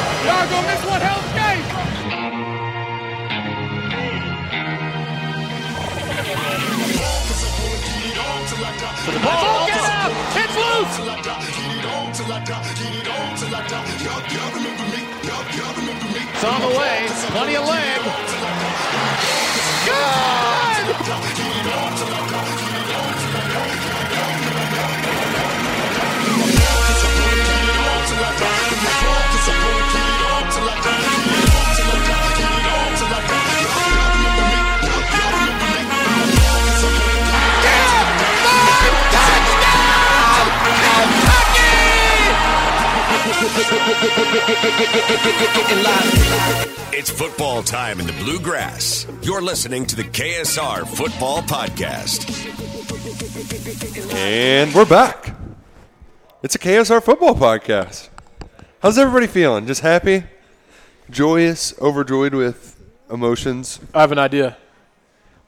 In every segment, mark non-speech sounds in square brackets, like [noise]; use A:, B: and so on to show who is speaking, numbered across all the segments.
A: on this one. Help me! Oh, get up! It's loose! It's on the way. Plenty of leg. Good!
B: It's football time in the bluegrass. You're listening to the KSR Football Podcast.
C: And we're back. It's a KSR football podcast. How's everybody feeling? Just happy, joyous, overjoyed with emotions.
D: I have an idea.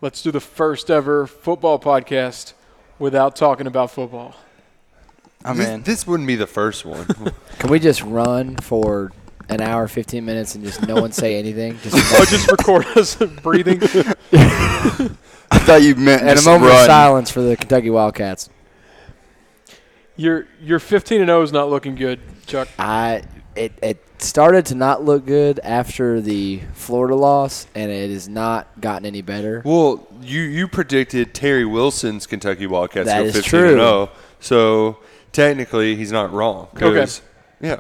D: Let's do the first ever football podcast without talking about football. [laughs]
E: I'm
C: this,
E: in.
C: this wouldn't be the first one. [laughs]
F: Can we just run for an hour, fifteen minutes, and just no one say anything? Just
D: Oh, just record us [laughs] breathing.
E: I thought you meant
F: and a
E: just
F: moment
E: run.
F: of silence for the Kentucky Wildcats.
D: Your your 15 and 0 is not looking good, Chuck.
F: I it it started to not look good after the Florida loss, and it has not gotten any better.
C: well, you you predicted Terry Wilson's Kentucky Wildcats
F: That
C: go
F: is
C: 15
F: true.
C: and 0. So technically, he's not wrong. 'cause- Yeah.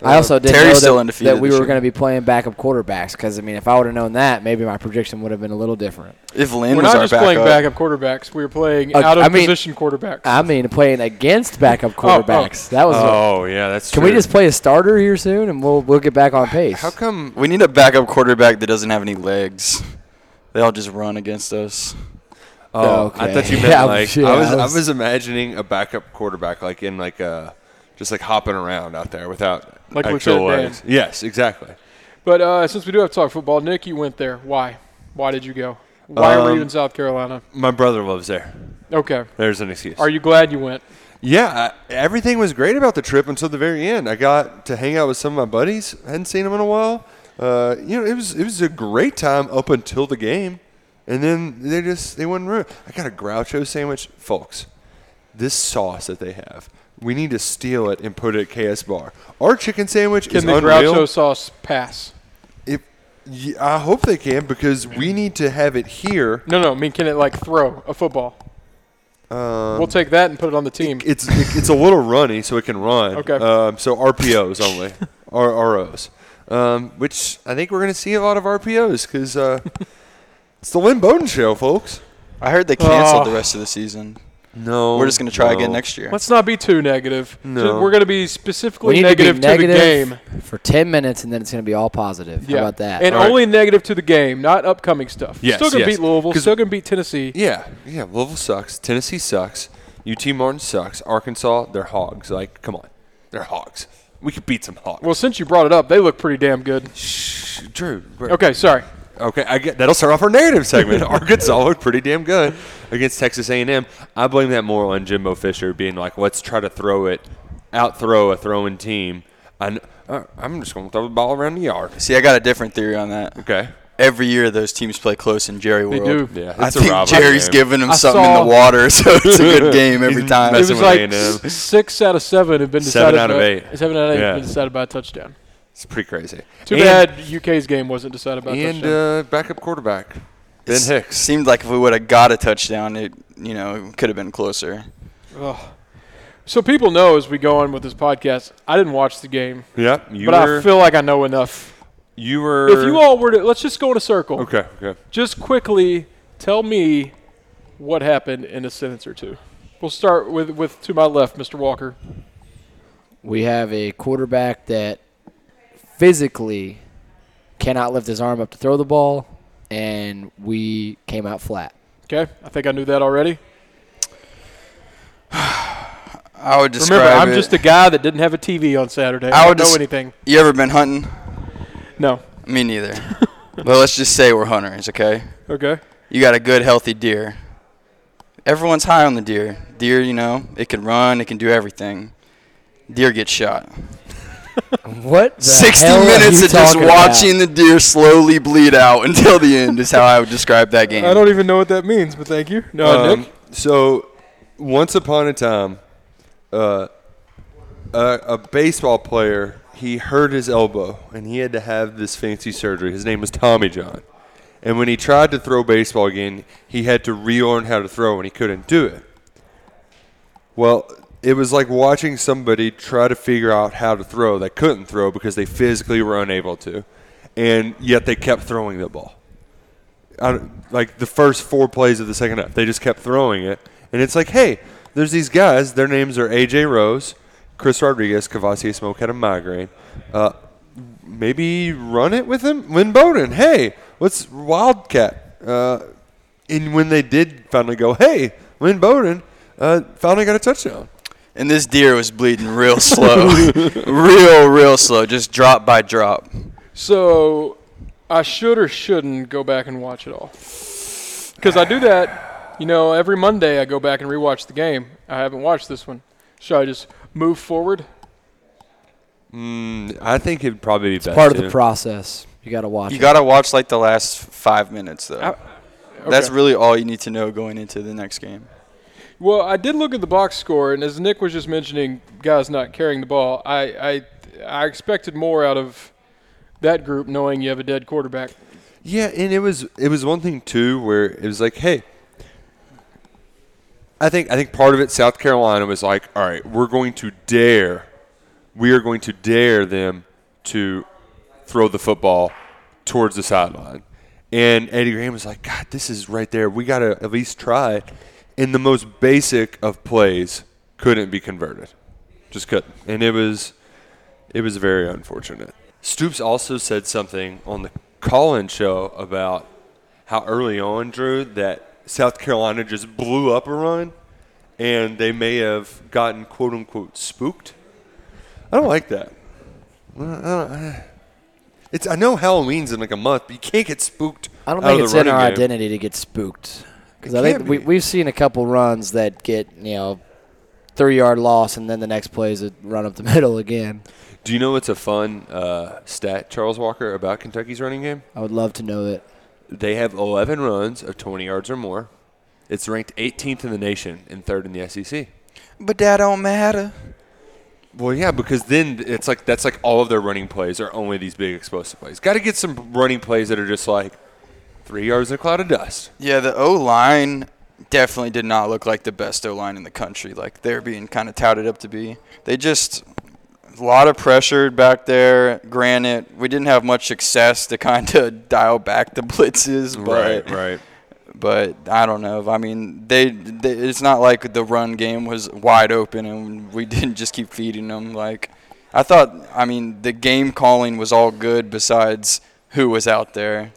F: I also didn't
E: Terry's
F: know that,
E: still undefeated
F: that we
E: this
F: were
E: year.
F: going to be playing backup quarterbacks because I mean, if I would have known that, maybe my prediction would have been a little different.
E: If Lynn
D: We're
E: was
D: not
E: our
D: just
E: backup,
D: playing backup quarterbacks. We were playing
F: Uh,
D: out of
F: I mean- uh,
D: position quarterbacks.
F: I mean, playing against backup
D: oh.
F: quarterbacks. That was.
C: Oh, yeah, that's
F: can
C: true.
F: we just play a starter here soon, and we'll we'll get back on pace?
C: How come
E: we need a backup quarterback that doesn't have any legs. They all just run against us.
C: Oh, I
F: Okay.
C: thought you meant
F: [laughs] Yeah,
C: like
F: yeah,
C: I was.
F: I
C: I
F: was-
C: was imagining a backup quarterback, like in like a, just like hopping around out there without
D: Like
C: actual
D: Lafayette
C: legs. Yes, exactly.
D: but uh, since we do have to talk football, Nick, you went there. Why? Why did you go? Why were you in South Carolina?
C: My brother lives there.
D: Okay.
C: There's an excuse.
D: Are you glad you went?
C: yeah, I, everything was great about the trip until the very end. I got to hang out with some of my buddies. hadn't seen them in a while. Uh, you know, it was it was a great time up until the game, and then they just they wouldn't ruin. I got a Groucho sandwich, folks. This sauce that they have, we need to steal it and put it at KS Bar. Our chicken sandwich
D: Can
C: is
D: the
C: unreal.
D: Groucho sauce pass?
C: If y- I hope they can because we need to have it here.
D: No, no. I mean, can it like throw a football? we'll take that and put it on the team.
C: It's it's a little runny, so it can run.
D: Okay.
C: Um, so RPOs [laughs] only, or ROs, um, which I think we're gonna see a lot of RPOs because uh, [laughs] it's the Lynn Bowden show, folks.
E: I heard they canceled
D: Oh.
E: the rest of the season.
C: No,
E: We're just going to try
C: Oh, no.
E: again next year.
D: Let's not be too negative.
C: No.
D: We're going to be
F: we
D: specifically
F: need
D: negative
F: to
D: to,
F: be negative
D: the game.
F: for ten minutes, and then it's going to be all positive.
D: Yeah.
F: How about that?
D: And
C: All right.
D: only negative to the game, not upcoming stuff.
C: Yes,
D: still going to
C: yes.
D: beat Louisville.
C: 'Cause-
D: Still going to beat Tennessee.
C: Yeah, yeah. Louisville sucks. Tennessee sucks. UT Martin sucks. Arkansas, they're hogs. Like, come on, they're hogs. We could beat some hogs.
D: Well, since you brought it up, they look pretty damn good.
C: Shh, Drew. we're-
D: Okay, sorry.
C: Okay, I get that'll start off our narrative segment. [laughs] Arkansas looked pretty damn good against Texas A&M. I blame that more on Jimbo Fisher being like, let's try to throw it, out throw a throwing team. I, am just gonna throw the ball around the yard.
E: See, I got a different theory on that.
C: Okay,
E: Every year, those teams play close in Jerry World.
D: do.
C: yeah,
E: I
C: it's a
E: think
C: rivalry
E: Jerry's
C: game.
E: giving them
D: I
E: something
D: saw-
E: in the [laughs] water, so it's a good game
C: [laughs]
E: every
C: He's
E: time.
D: It
C: messing
D: was
C: with
D: like
C: A&M.
D: s- six out of seven have been
C: Seven
D: decided.
C: out of
D: by-
C: eight.
D: Seven out of eight
C: Yeah.
D: have been decided by a touchdown.
C: It's pretty crazy.
D: Too
C: And-
D: bad UK's game wasn't decided by a
C: And
D: touchdown.
C: uh, backup quarterback Ben
E: It
C: Hicks.
E: seemed like if we would have got a touchdown, it you know could have been closer.
D: Ugh. So people know as we go on with this podcast, I didn't watch the game,
C: Yeah, you
D: but
C: were.
D: I feel like I know enough.
C: you were.
D: If you all were to, let's just go in a circle.
C: Okay. Okay.
D: just quickly tell me what happened in a sentence or two. We'll start with, with to my left, Mr. Walker.
F: We have a quarterback that physically cannot lift his arm up to throw the ball, and we came out flat.
D: Okay, I think I knew that already.
E: I would describe.
D: Remember, I'm
E: it-
D: just a guy that didn't have a TV on Saturday.
E: I
D: I, don't
E: would
D: know
E: just-
D: anything.
E: You ever been hunting?
D: No.
E: Me neither.
C: [laughs]
E: but let's just say we're hunters, okay?
D: Okay.
E: You got a good, healthy deer. Everyone's high on the deer. Deer, you know, it can run, it can do everything. Deer gets shot.
F: What? The
E: 60
F: hell are
E: minutes
F: you
E: of just
F: talking about?
E: watching the deer slowly bleed out until the end is how I would
F: [laughs]
E: describe that game.
D: I don't even know what that means, but thank you. No,
C: Um,
D: Nick.
C: so, once upon a time, uh, a, a baseball player he hurt his elbow and he had to have this fancy surgery. His name was Tommy John, and when he tried to throw baseball again, he had to relearn how to throw, and he couldn't do it. Well, it was like watching somebody try to figure out how to throw that couldn't throw because they physically were unable to, and yet they kept throwing the ball. I don't- like the first four plays of the second half. They just kept throwing it, and it's like, hey, there's these guys. Their names are AJ Rose, Chris Rodriguez, Cavassier Smoke had a migraine. Uh, maybe run it with him, Lynn Bowden. Hey, what's Wildcat? Uh, and when they did finally go, hey, Lynn Bowden uh, finally got a touchdown.
E: And this deer was bleeding real
F: [laughs]
E: slow. real, real slow. Just drop by drop.
D: So I should or shouldn't go back and watch it all. Because I do that, you know, every Monday I go back and rewatch the game. I haven't watched this one. Should I just move forward?
C: I think it'd probably be best
F: Part of the
C: to-
F: process. You got to watch.
E: You
F: it.
E: got to watch like the last five minutes, though.
D: I-
E: That's
D: Okay.
E: really all you need to know going into the next game.
D: Well, I did look at the box score, and as Nick was just mentioning, guys not carrying the ball, I I, I expected more out of that group, knowing you have a dead quarterback.
C: Yeah, and it was it was one thing too where it was like, hey, I think I think part of it South Carolina was like, all right, we're going to dare, we are going to dare them to throw the football towards the sideline, and Eddie Graham was like, God, this is right there. We got to at least try. it. And the most basic of plays couldn't be converted, just couldn't, and it was it was very unfortunate. Stoops also said something on the call in show about how early on, Drew, that South Carolina just blew up a run and they may have gotten quote unquote spooked. I don't like that. I don't- I don't- It's I know Halloween's in like a month, but you can't get spooked.
F: I don't
C: out
F: think
C: of
F: it's
C: the
F: in
C: running
F: our
C: game.
F: identity to get spooked. Because
C: It
F: I
C: can't
F: think we,
C: be.
F: we've seen a couple runs that get, you know, three yard loss, and then the next play is a run up the [laughs] middle again.
C: Do you know what's a fun uh, stat, Charles Walker, about Kentucky's running game?
F: I would love to know that.
C: They have 11 runs of 20 yards or more. It's ranked 18th in the nation and third in the E SEC.
E: But that don't matter.
C: Well, yeah, because then it's like that's like all of their running plays are only these big explosive plays. Got to get some running plays that are just like three yards in a cloud of dust.
E: Yeah, the O line definitely did not look like the best O line in the country. Like they're being kind of touted up to be. They just a lot of pressure back there. Granted, we didn't have much success to kind of [laughs] dial back the blitzes, but
C: right.
E: but I don't know. I mean, they, they it's not like the run game was wide open and we [laughs] didn't just keep feeding them like I thought I mean, the game calling was all good besides who was out there.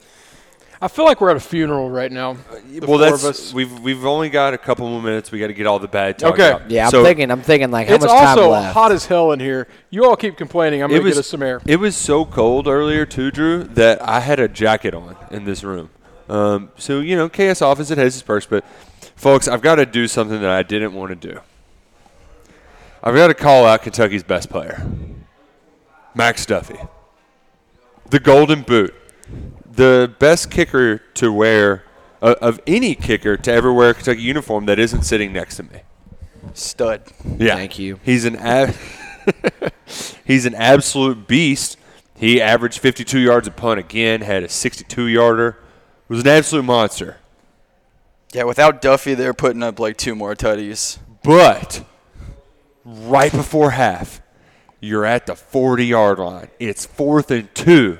D: I feel like we're at a funeral right now. The
C: Uh, well,
D: four
C: that's
D: of us.
C: we've we've only got a couple more minutes. We got to get all the bad talk.
D: Okay.
C: out.
F: Yeah, I'm
C: So,
F: thinking, I'm thinking, like, how
D: it's
F: much time
D: also
F: left?
D: hot as hell in here. You all keep complaining. I'm
C: It
D: gonna
C: was
D: get us some air.
C: It was so cold earlier too, Drew, that I had a jacket on in this room. Um, so you know, KS office it has its perks, but folks, I've got to do something that I didn't want to do. I've got to call out Kentucky's best player, Max Duffy, the Golden Boot, the best kicker to wear uh, of any kicker to ever wear a Kentucky uniform that isn't sitting next to me.
E: Stud.
C: Yeah.
F: Thank you.
C: He's an ab- [laughs] he's an absolute beast. He averaged 52 yards a punt again, had a 62 yarder. Was an absolute monster.
E: Yeah, without Duffy, they're putting up like two more tutties.
C: But right before half, you're at the 40 yard line. It's fourth and two.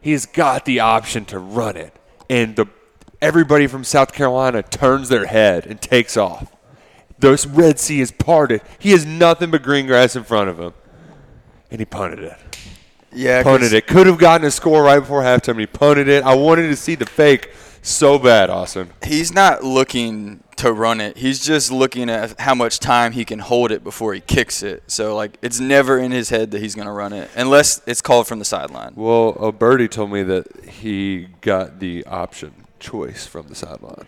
C: He's got the option to run it. And the everybody from South Carolina turns their head and takes off. The Red Sea is parted. He has nothing but green grass in front of him. And he punted it.
E: Yeah, 'cause
C: Punted it. Could have gotten a score right before halftime. and He punted it. I wanted to see the fake so bad, Austin.
E: he's not looking to run it. He's just looking at how much time he can hold it before he kicks it. So like, it's never in his head that he's gonna run it unless it's called from the sideline.
C: Well, a birdie told me that he got the option choice from the sideline.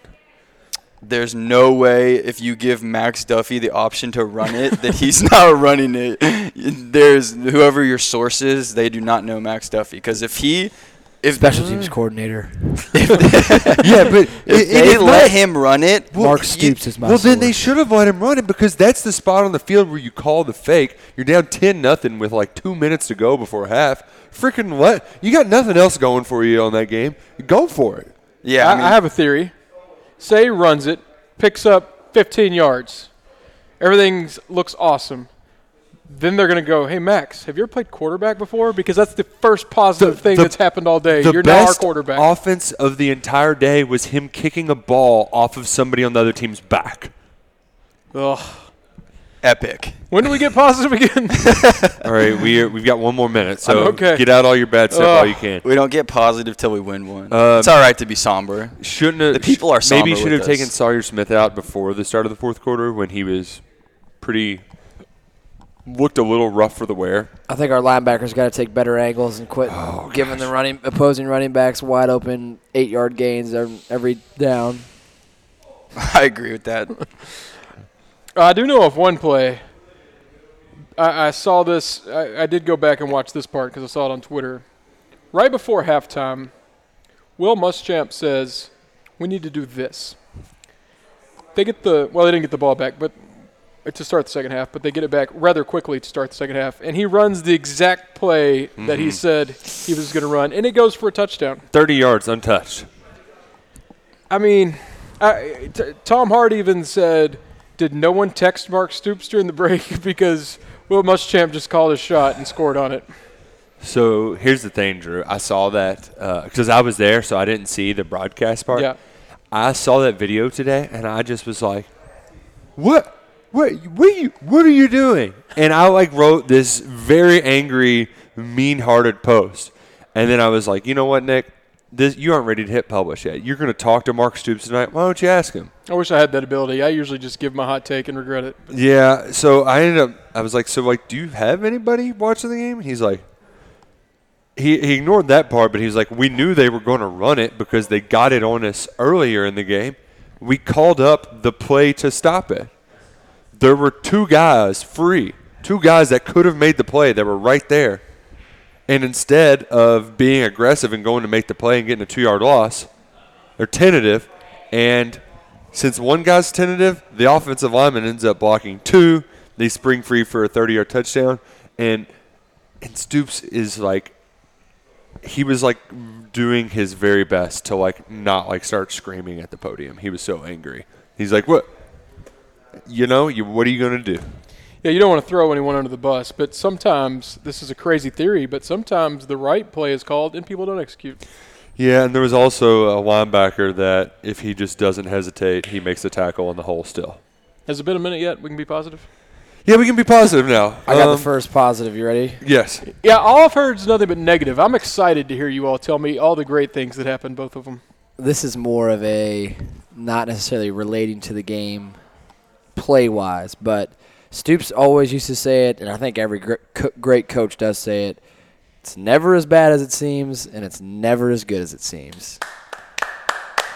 E: there's no way if you give Max Duffy the option to run it [laughs] that he's not running it. There's whoever your source is, they do not know Max Duffy because if he, if
F: Special
C: Mm.
F: teams coordinator.
C: yeah, but
E: if they let him run it,
F: Mark
E: you-
F: Stoops is my
C: Well, then they
F: source.
C: should have let him run it because that's the spot on the field where you call the fake. You're down ten nothing with like two minutes to go before half. Freaking let you got nothing else going for you on that game. Go for it.
E: yeah,
D: I,
E: I mean,
D: I have a theory. Say he runs it, picks up 15 yards. Everything looks awesome. Then they're going to go, hey, Max, have you ever played quarterback before? Because that's the first positive thing
C: the-
D: that's happened all day.
C: The
D: You're now our
C: best
D: quarterback.
C: offense of the entire day was him kicking a ball off of somebody on the other team's back.
D: Ugh.
E: epic.
D: When do we get positive [laughs] again?
C: All right, we are, we've got one more minute, so
D: I'm [laughs] okay.
C: get out all your bad stuff
D: Ugh.
C: all you can.
E: We don't get positive till we win one.
C: Um,
E: it's all right to be somber. [laughs]
C: Shouldn't have,
E: The people are somber
C: maybe you should
E: with
C: have taken
E: us.
C: Sawyer Smith out before the start of the fourth quarter when he was pretty looked a little rough for the wear.
F: I think our linebackers got to take better angles and quit
C: Oh,
F: giving the running opposing running backs wide open eight yard gains every, every down.
E: I agree
C: [laughs]
E: with that.
D: I do know of one play. I, I saw this. I, I did go back and watch this part because I saw it on Twitter. Right before halftime, Will Muschamp says, "We need to do this." They get the well. They didn't get the ball back, but to start the second half, but they get it back rather quickly to start the second half, and he runs the exact play that he said he was going to run, and it goes for a touchdown.
C: Thirty yards untouched.
D: I mean, I, t- Tom Hardy even said, "Did no one text Mark Stoops during the break [laughs] because Will Muschamp just called his shot and scored on it?"
C: So here's the thing, Drew. I saw that because I was there, so I didn't see the broadcast part.
D: Yeah.
C: I saw that video today, and I just was like, "What? What? What are you? What are you doing?" And I like wrote this very angry, mean-hearted post, and then I was like, "You know what, Nick? This you aren't ready to hit publish yet. You're going to talk to Mark Stoops tonight. Why don't you ask him?"
D: I wish I had that ability. I usually just give my hot take and regret it.
C: Yeah. So I ended up. I was like, so like, do you have anybody watching the game? He's like, he he ignored that part, but he's like, we knew they were going to run it because they got it on us earlier in the game. We called up the play to stop it. There were two guys free, two guys that could have made the play that were right there, and instead of being aggressive and going to make the play and getting a two-yard loss, they're tentative, and since one guy's tentative, the offensive lineman ends up blocking two. They spring free for a 30-yard touchdown, and and Stoops is like, he was like doing his very best to like not like start screaming at the podium. He was so angry. He's like, what? You know, you what are you gonna do?
D: Yeah, you don't want to throw anyone under the bus, but sometimes this is a crazy theory. But sometimes the right play is called and people don't execute.
C: Yeah, and there was also a linebacker that if he just doesn't hesitate, he makes the tackle on the hole still.
D: Has it been a minute yet? We can be positive.
C: Yeah, we can be positive now.
F: I got
C: Um,
F: the first positive. You ready?
C: Yes.
D: Yeah, all I've heard is nothing but negative. I'm excited to hear you all tell me all the great things that happened, both of them.
F: This is more of a not necessarily relating to the game play wise, but Stoops always used to say it, and I think every gr- co- great coach does say it. It's never as bad as it seems, and it's never as good as it seems.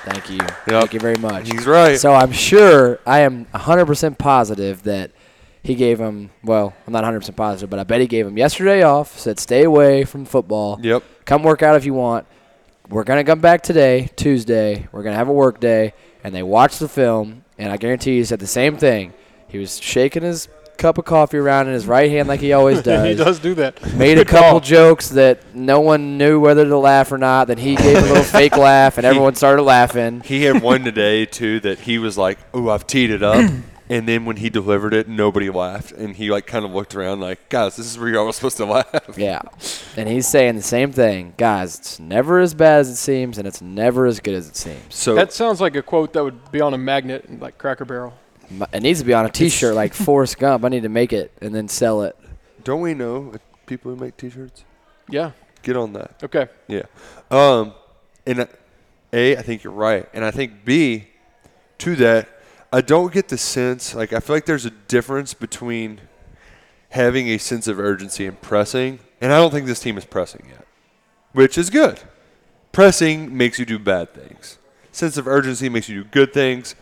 F: Thank you. Thank you very much.
C: He's right.
F: So I'm sure I am 100% positive that he gave him. Well, I'm not 100% positive, but I bet he gave him yesterday off. Said stay away from football.
C: Yep.
F: Come work out if you want. We're gonna come back today, Tuesday. We're gonna have a work day, and they watched the film. And I guarantee you, he said the same thing. He was shaking his cup of coffee around in his right hand like he
D: [laughs]
F: always does.
D: [laughs] he does do that.
F: Made a couple jokes that no one knew whether to laugh or not. Then he gave
D: [laughs]
F: a little fake laugh, and everyone started laughing.
C: He had one today too that he was like, "Oh, I've teed it up," and then when he delivered it, nobody laughed, and he like kind of looked around like, "Guys, this is where y'all were supposed to laugh."
F: Yeah. And he's saying the same thing. Guys, it's never as bad as it seems, and it's never as good as it seems.
C: So
D: That sounds like a quote that would be on a magnet, like Cracker Barrel.
F: M- It needs to be on a t
D: [laughs]
F: shirt like Forrest Gump. I need to make it and then sell it.
C: don't we know people who make T-shirts?
D: Yeah.
C: Get on that.
D: Okay.
C: Yeah. Um, and uh, A, I think you're right. And I think B, to that, I don't get the sense, like, I feel like there's a difference between having a sense of urgency and pressing. And I don't think this team is pressing yet, which is good. Pressing makes you do bad things, sense of urgency makes you do good things.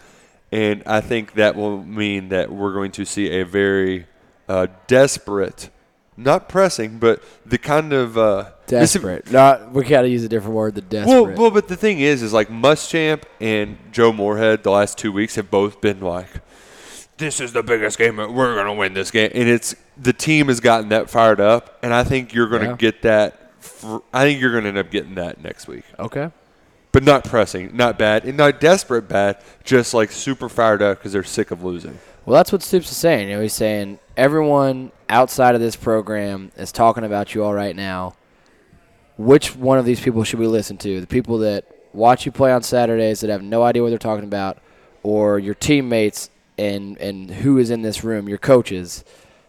C: And I think that will mean that we're going to see a very uh, desperate, not pressing, but the kind of uh, this-
F: Desperate. Not. We gotta use a different word. The
C: Well,
F: desperate.
C: well, but the thing is, is like Muschamp and Joe Moorhead the last two weeks have both been like, "This is the biggest game. We're going to win this game," and it's the team has gotten that fired up, and I think you're going to
F: Yeah.
C: get that. fr I think you're going to end up getting that next week,
F: okay.
C: but not pressing, not bad, and not desperate bad, just like super fired up because they're sick of losing.
F: Well, that's what Stoops is saying. You know, he's saying everyone outside of this program is talking about you all right now. Which one of these people should we listen to? The people that watch you play on Saturdays that have no idea what they're talking about, or your teammates and and who is in this room, your coaches.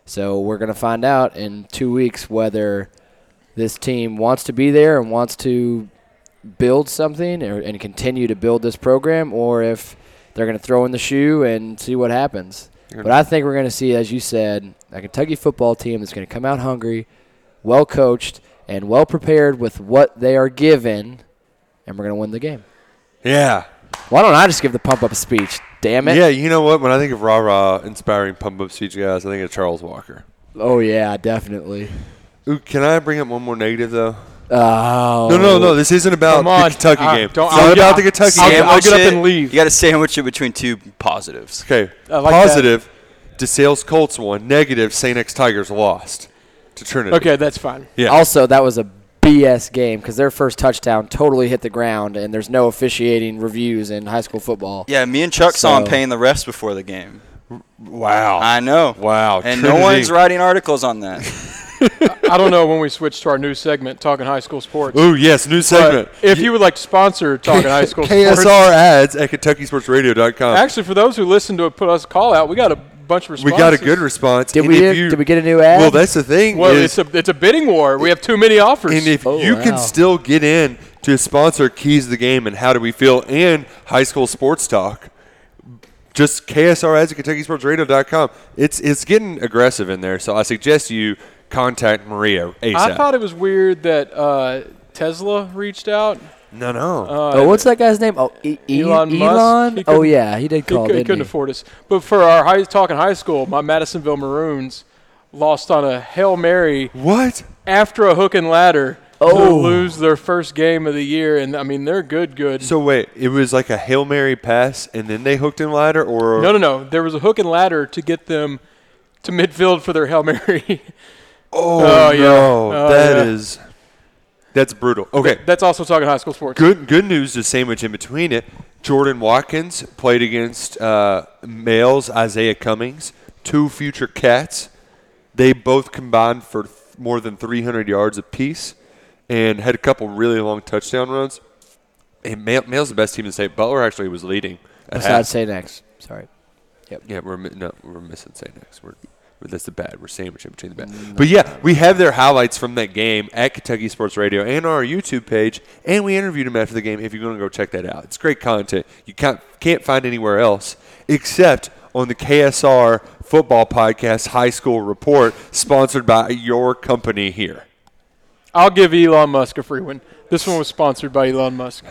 F: So we're gonna find out in two weeks whether this team wants to be there and wants to build something or, and continue to build this program, or if they're going to throw in the shoe and see what happens. But I think we're going to see, as you said, a Kentucky football team that's going to come out hungry, well coached, and well prepared with what they are given, and we're going to win the game.
C: Yeah,
F: Why don't I just give the pump up speech? Damn it.
C: yeah. You know what? When I think of rah rah inspiring pump up speech guys, I think of Charles Walker.
F: Oh, yeah, definitely.
C: Ooh, can I bring up one more negative though?
F: Oh.
C: No, no, no. This isn't about
D: Come
C: the
D: on.
C: Kentucky
D: Uh,
C: game.
D: don't-
C: it's not
D: I'll-
C: about the Kentucky
D: I'll-
C: game.
D: I'll get up
E: Sandwich
D: and
E: it-
D: leave.
E: You got to sandwich it between two positives.
C: Okay.
D: I like
C: Positive. DeSales Colts won. Negative. St. X Tigers lost to Trinity.
D: Okay, that's fine.
C: Yeah.
F: Also, that was a BS game because their first touchdown totally hit the ground, and there's no officiating reviews in high school football.
E: Yeah, me and Chuck saw him
F: So-
E: paying the refs before the game.
C: Wow.
E: I know.
C: Wow,
E: And
C: Trinity.
E: no one's writing articles on that.
C: [laughs]
D: I don't know when we switch to our new segment, talking high school sports.
C: Ooh, yes. New
D: but
C: segment.
D: if you would like to sponsor
C: [laughs]
D: talking high school sports,
C: KSR ads at KentuckySportsRadio.com.
D: actually for those who listen to put us a call out, we got a bunch of
C: we
D: responses.
C: got a good response.
F: Did
C: and
F: we
C: if
F: get-
C: you-
F: did we get a new ad?
C: Well, that's the thing.
D: Well,
C: is-
D: it's a it's a bidding war. We have too many offers.
C: And if
F: Oh,
C: you
F: wow.
C: can still get in to sponsor Keys of the Game and How Do We Feel and High School Sports Talk, just KSR ads at KentuckySportsRadio.com. It's it's getting aggressive in there, so I suggest you contact Maria ASAP.
D: I thought it was weird that uh, Tesla reached out.
C: no, no.
D: Uh,
F: Oh, what's that guy's name? Oh, e- E-
D: Elon Musk.
F: Elon?
D: He couldn't-
F: Oh, yeah, he did
D: He,
F: call.
D: cou- he
F: didn't
D: couldn't afford us. But for our high, talking high school, my Madisonville Maroons lost on a hail mary
C: what?
D: after a hook and ladder to
F: Oh.
D: lose their first game of the year. And I mean, they're good, good.
C: So wait, it was like a hail mary pass, and then they hooked him ladder, or
D: no, no, no. There was a hook and ladder to get them to midfield for their hail mary. [laughs]
C: oh,
D: Oh, yeah.
C: no,
D: Oh,
C: that
D: yeah.
C: is that's brutal. Okay,
D: That's also talking high school sports.
C: Good good news is sandwich in between it. Jordan Watkins played against uh, males Isaiah Cummings, two future cats. They both combined for th- more than 300 yards apiece, and had a couple really long touchdown runs. And Ma- males the best team in the state. Butler actually was leading. at half.
F: Besides, say next. Sorry.
C: Yeah, we're mi- no, we're missing St. Nick's. We're, we're that's the bad. We're sandwiching between the bad. But yeah, we have their highlights from that game at Kentucky Sports Radio and on our YouTube page, and we interviewed him after the game. If you're going to go check that out, it's great content. You can't can't find anywhere else except on the KSR Football Podcast High School Report, sponsored by your company here.
D: I'll give Elon Musk a free one. This one was sponsored by Elon Musk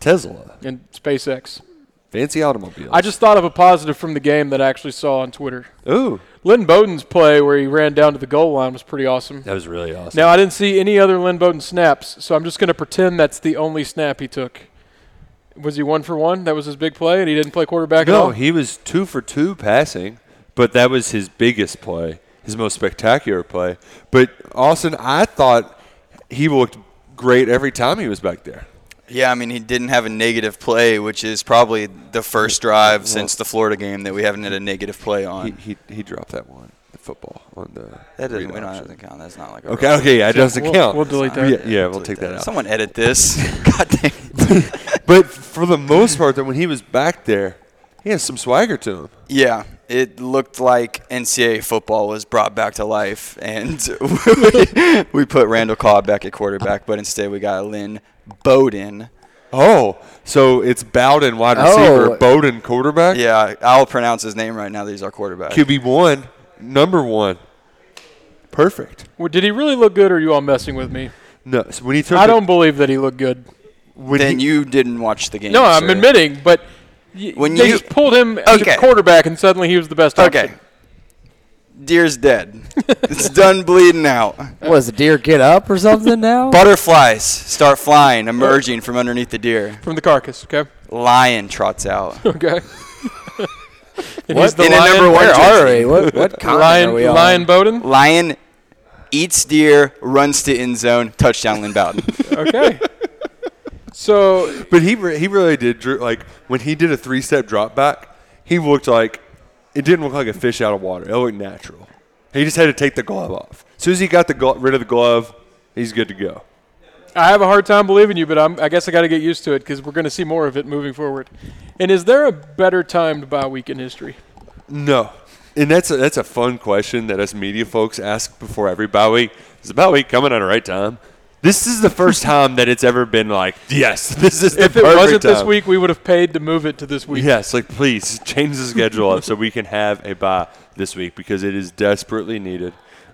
C: Tesla,
D: and SpaceX.
C: fancy automobiles.
D: I just thought of a positive from the game that I actually saw on Twitter.
C: ooh,
D: Lynn Bowden's play where he ran down to the goal line was pretty awesome.
C: that was really awesome.
D: Now I didn't see any other Lynn Bowden snaps, so I'm just going to pretend that's the only snap he took. Was he one for one? That was his big play, and he didn't play quarterback at
C: No,
D: all.
C: he was two for two passing, but that was his biggest play, his most spectacular play. But Austin, I thought he looked great every time he was back there.
E: Yeah, I mean, he didn't have a negative play, which is probably the first drive since the Florida game that we haven't had a negative play on.
C: He he, he dropped that one, the football on the.
E: that doesn't,
C: read
E: we don't
C: option.
E: have to count. That's not like a
C: Okay, okay, yeah, it doesn't
D: We'll-
C: count.
D: we'll delete that.
C: Yeah, yeah, we'll take that out.
E: Someone
C: [laughs]
E: edit this. [laughs] God damn it.
C: But for the most part, that when he was back there, he had some swagger to him.
E: Yeah, it looked like NCAA football was brought back to life, and [laughs] we, we put Randall Cobb back at quarterback, but instead we got Lynn Bowden.
C: Oh, so it's Bowden wide receiver,
F: Oh.
C: Bowden quarterback.
E: Yeah, I'll pronounce his name right now. He's our quarterback.
C: QB one, number one. Perfect.
D: Well, did he really look good, or are you all messing with me?
C: No, so when he took
D: I
C: the-
D: don't believe that he looked good.
C: when
E: Then
C: he-
E: you didn't watch the game.
D: No, I'm
E: sir.
D: admitting, but
E: When
D: they
E: you-
D: just pulled him as
E: Okay.
D: a quarterback, and suddenly he was the best. option.
E: Okay. Deer's dead. it's done bleeding out.
F: Was the deer get up or something [laughs] now?
E: Butterflies start flying, emerging from underneath the deer.
D: from the carcass. Okay, [laughs]
E: Lion trots out.
D: okay. And
F: What?
D: he's the
E: In a
D: lion.
E: number one
F: Where are
E: jersey.
F: we? What, what
D: [laughs]
F: continent
D: Lion,
F: are we on?
D: Lion
E: [laughs]
D: Bowden.
E: Lion eats deer, runs to end zone, touchdown
D: [laughs]
E: Lynn Bowden.
D: Okay. so
C: But he re- he really did dri- like when he did a three step drop back, he looked like it didn't look like a fish out of water. It looked natural. He just had to take the glove off. As soon as he got the glo- rid of the glove, he's good to go.
D: I have a hard time believing you, but I'm, I guess I got to get used to it because we're going to see more of it moving forward. And is there a better timed bye week in history?
C: No, and that's a, that's a fun question that us media folks ask before every bye week. Is the bye week coming at the right time? This is the first [laughs] time that it's ever been like, yes, this is the
D: If it
C: perfect
D: wasn't this
C: time.
D: week, we would have paid to move it to this week.
C: Yes, like please [laughs] change the schedule up so we can have a bye this week because it is desperately needed.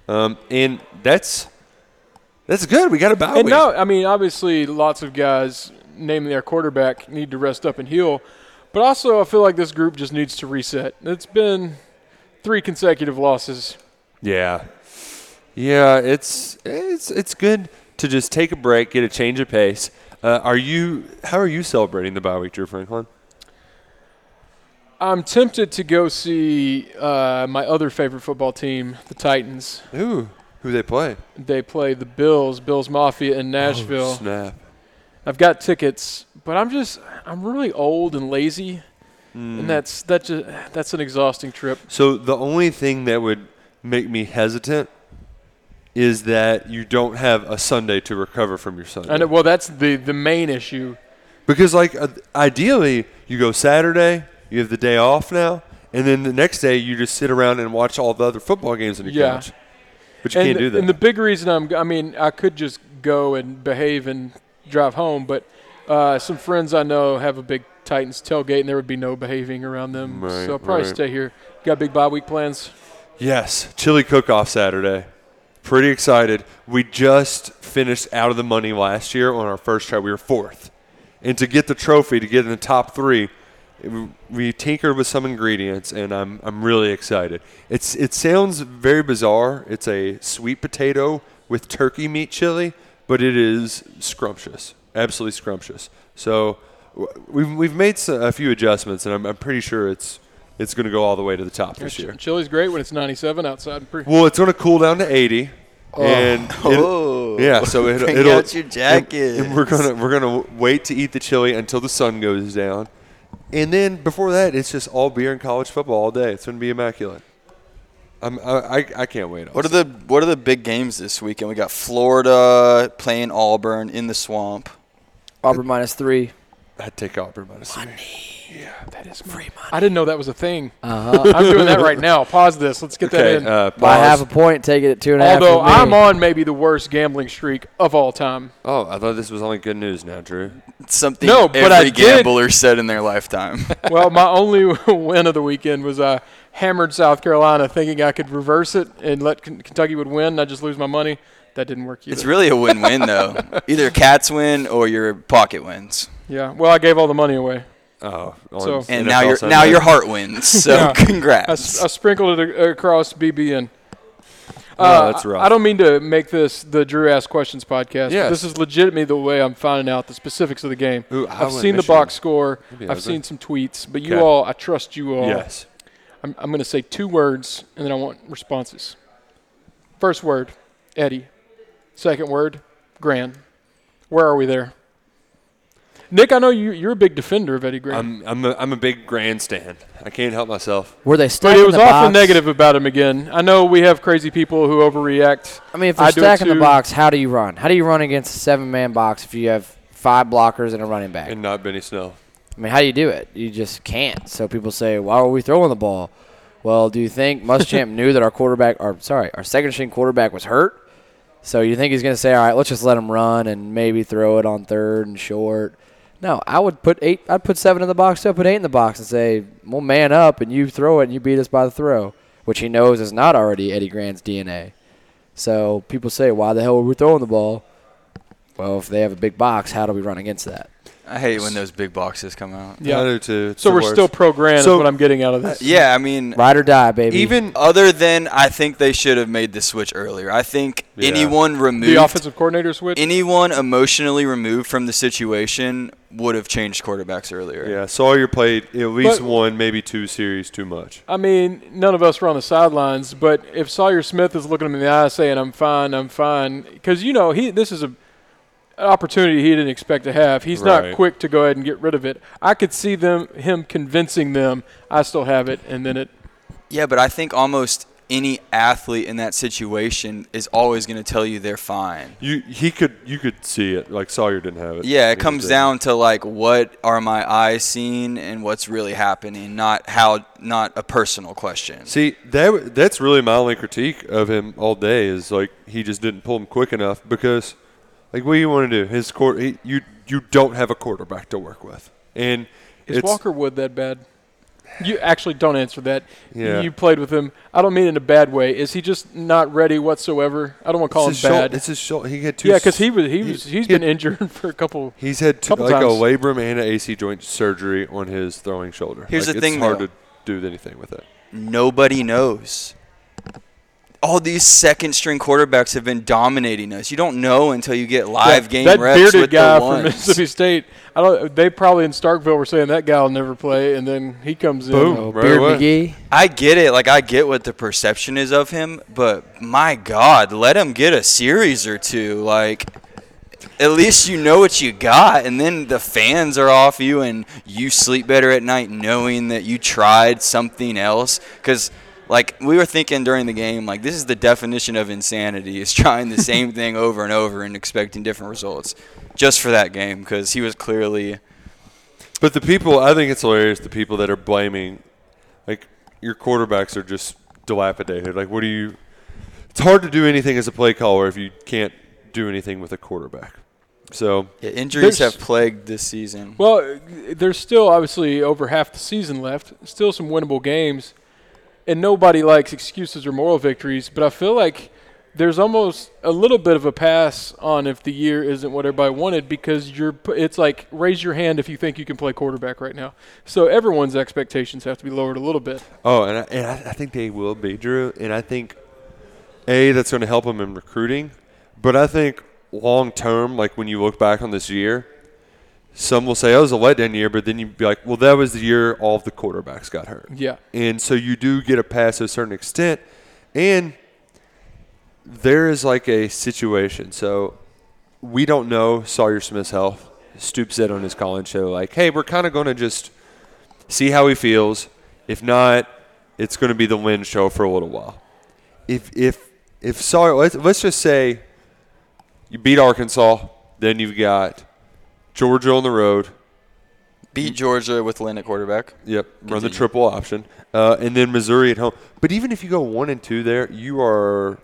C: Um, and that's that's good. We got a bye
D: And
C: week.
D: no, I mean, obviously, lots of guys, namely our quarterback, need to rest up and heal. But also, I feel like this group just needs to reset. It's been three consecutive losses.
C: Yeah, yeah. It's it's it's good to just take a break, get a change of pace. Uh, are you? How are you celebrating the bye week, Drew Franklin?
D: I'm tempted to go see uh, my other favorite football team, the Titans.
C: Ooh, who they play?
D: They play the Bills, Bills Mafia in Nashville.
C: Oh, Snap.
D: I've got tickets, but I'm just I'm really old and lazy,
C: Mm.
D: and that's that just, that's an exhausting trip.
C: So the only thing that would make me hesitant is that you don't have a Sunday to recover from your Sunday.
D: And well, that's the the main issue.
C: Because like uh, ideally, you go Saturday, you have the day off now, and then the next day you just sit around and watch all the other football games on your
D: Yeah.
C: couch. But you
D: and,
C: can't do that.
D: and the big reason I'm I mean I could just go and behave and drive home, but uh, some friends I know have a big Titans tailgate, and there would be no behaving around them.
C: Right,
D: so I'll probably
C: right.
D: stay here. Got big bye week plans.
C: yes, chili cook-off Saturday. Pretty excited. We just finished out of the money last year on our first try. We were fourth, and to get the trophy, to get in the top three, we- we tinkered with some ingredients, and I'm I'm really excited. It's it sounds very bizarre. It's a sweet potato with turkey meat chili, but it is scrumptious, absolutely scrumptious. So w- we've we've made s- a few adjustments, and I'm I'm pretty sure it's it's going to go all the way to the top this year.
D: Chili's great when it's 97 outside. Pre-
C: Well, it's going to cool down to 80.
E: [laughs]
C: And it-
E: Oh.
C: yeah, so it,
E: Bring
C: it'll
E: out your jackets.
C: And, and we're gonna we're gonna wait to eat the chili until the sun goes down, and then before that, it's just all beer and college football all day. It's gonna be immaculate. I'm, I I, I can't wait.
E: What are the What are the big games this weekend? We got Florida playing Auburn in the swamp.
F: Auburn minus three.
C: I'd take Auburn minus three.
D: that is free money. I didn't know that was a thing. I'm doing that right now. Pause this. Let's get that
C: Uh-huh. Okay,
D: in.
C: uh,
F: By
C: pause.
F: half a point, take it at two and a half.
D: Although
F: with me.
D: I'm on maybe the worst gambling streak of all time.
C: oh, I thought this was only good news now, Drew.
E: It's something
D: No,
E: every
D: but I did-
E: gambler said in
D: [laughs]
E: their lifetime.
D: well, my only [laughs] win of the weekend was I hammered South Carolina, thinking I could reverse it and let Ken- Kentucky would win. And I just lose my money. That didn't work either.
E: it's really a win-win
D: [laughs]
E: though. Either cats win or your pocket wins,
D: yeah. Well, I gave all the money away.
C: Oh,
D: So-
C: on NFL
E: and now your
C: Sunday.
E: now your
D: [laughs]
E: heart wins. So
D: Yeah. I, s-
E: congrats.
D: I sprinkled it a- across BBN.
C: [laughs] No, that's rough.
D: Uh, I don't mean to make this the Drew Ask Questions podcast.
C: Yes.
D: But this is legitimately the way I'm finding out the specifics of the game.
C: Ooh, I
D: I've
C: went
D: seen the
C: Michigan.
D: box score.
C: be
D: I've
C: ugly.
D: seen some tweets. But you
C: Okay.
D: all, I trust you all.
C: yes.
D: I'm, I'm going to say two words and then I want responses. First word, Eddie. Second word, Gran. Where are we there? Nick, I know you, you're a big defender of Eddie Gran.
C: I'm I'm a, I'm a big grandstand. I can't help myself.
F: Were they
D: but
F: stacking
D: it was
F: the
D: awful
F: box?
D: negative about him again. I know we have crazy people who overreact.
F: I mean, if they're
D: do it
F: stacking the
D: too.
F: box, how do you run? How do you run against a seven-man box if you have five blockers and a running back?
C: And not Benny Snell.
F: I mean, how do you do it? You just can't. So people say, why are we throwing the ball? Well, do you think Muschamp knew that our quarterback, or sorry, our second string quarterback was hurt? So you think he's going to say, all right, let's just let him run and maybe throw it on third and short? No, I would put eight. I'd put seven in the box. I'd put eight in the box and say, "Well, man up, and you throw it, and you beat us by the throw," which he knows is not already Eddie Grant's DNA. So people say, "Why the hell were we throwing the ball?" Well, if they have a big box, how do we run against that?
E: I, I hate when those big boxes come out.
C: I
D: Yeah.
C: do too. It's
D: So
C: the
D: we're
C: worst.
D: still pro Grant.
C: So-
D: is what I'm getting out of this.
E: Yeah, I mean,
F: Ride or die, baby.
C: even
E: other than I think they should have made the switch earlier. I think
C: Yeah.
E: anyone removed
D: The offensive coordinator switch.
E: anyone emotionally removed from the situation would have changed quarterbacks earlier.
C: yeah. Sawyer played at least
D: But-
C: one, maybe two series too much.
D: I mean, none of us were on the sidelines, but if Sawyer Smith is looking him in the eye saying, I'm fine, I'm fine, because, you know, he this is a, an opportunity he didn't expect to have. He's
C: Right.
D: not quick to go ahead and get rid of it. I could see them him convincing them, I still have it, and then it.
E: Yeah, but I think almost any athlete in that situation is always going to tell you they're fine.
C: You he could you could see it like Sawyer didn't have it.
E: Yeah,
C: He
E: it
C: was
E: comes
C: there.
E: down to like what are my eyes seeing and what's really happening, not how not a personal question.
C: See that that's really my only critique of him all day is like he just didn't pull him quick enough because like what do you want to do his court he, you you don't have a quarterback to work with and
D: Is
C: it's
D: Walker Wood that bad? You actually don't answer that.
C: Yeah.
D: You played with him. I don't mean in a bad way. Is he just not ready whatsoever? I don't want to
C: it's
D: call
C: his
D: him
C: shoulder.
D: bad.
C: It's his shoulder. He had two.
D: yeah, because he was he
C: he-
D: was he's
C: he had-
D: been injured [laughs] for a couple.
C: He's had two,
D: Couple
C: like a
D: times.
C: labrum and an AC joint surgery on his throwing shoulder.
E: Here's
C: Like,
E: the
C: it's
E: thing,
C: hard
E: though.
C: to do anything with it.
E: Nobody knows. All these second string quarterbacks have been dominating us. You don't know until you get live
D: that,
E: game
D: that
E: reps
D: bearded
E: with
D: guy
E: the
D: from
E: ones.
D: Mississippi State. I don't. They probably in Starkville were saying that guy will never play, and then he comes in.
C: Boom.
F: oh,
C: right
F: Beard
C: away.
F: McGee.
E: I get it. Like I get what the perception is of him, but my God, let him get a series or two. Like at least you know what you got, and then the fans are off you, and you sleep better at night knowing that you tried something else. Because like we were thinking during the game, like this is the definition of insanity: is trying the same thing over and over and expecting different results. Just for that game, because he was clearly.
C: But the people, I think it's hilarious. The people that are blaming, like your quarterbacks are just dilapidated. Like, what do you? It's hard to do anything as a play caller if you can't do anything with a quarterback. So
E: Yeah, injuries
D: There's-
E: have plagued this season.
D: Well, there's still obviously over half the season left. Still some winnable games, and nobody likes excuses or moral victories. But I feel like there's almost a little bit of a pass on if the year isn't what everybody wanted because you're. p- It's like raise your hand if you think you can play quarterback right now. So everyone's expectations have to be lowered a little bit.
C: Oh, and I, and I, I think they will be Drew, and I think a that's going to help them in recruiting, but I think long term, like when you look back on this year, some will say, "Oh, it was a letdown year," but then you'd be like, "Well, that was the year all of the quarterbacks got hurt."
D: Yeah.
C: and so you do get a pass to a certain extent, and there is like a situation. So we don't know Sawyer Smith's health. Stoop said on his call-in show, like, "Hey, we're kind of going to just." see how he feels. If not, it's going to be the Lynn show for a little while. If if if Sawyer, let's, let's just say you beat Arkansas, then you've got Georgia on the road.
E: Beat Georgia with Lynn at quarterback.
C: Yep, run the
E: Continue.
C: triple option, uh, and then Missouri at home. But even if you go one and two there, you are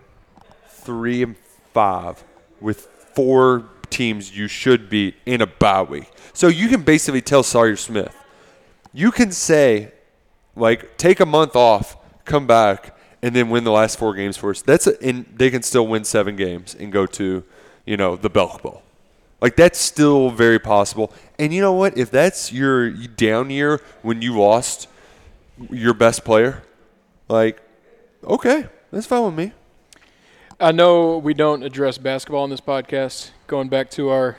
C: three and five with four teams you should beat in a bye week. So you can basically tell Sawyer Smith, you can say, like, take a month off, come back, and then win the last four games for us. That's a, and they can still win seven games and go to, you know, the Belk Bowl. Like that's still very possible. And you know what? If that's your down year when you lost your best player, like, okay, that's fine with me.
D: I know we don't address basketball on this podcast. Going back to our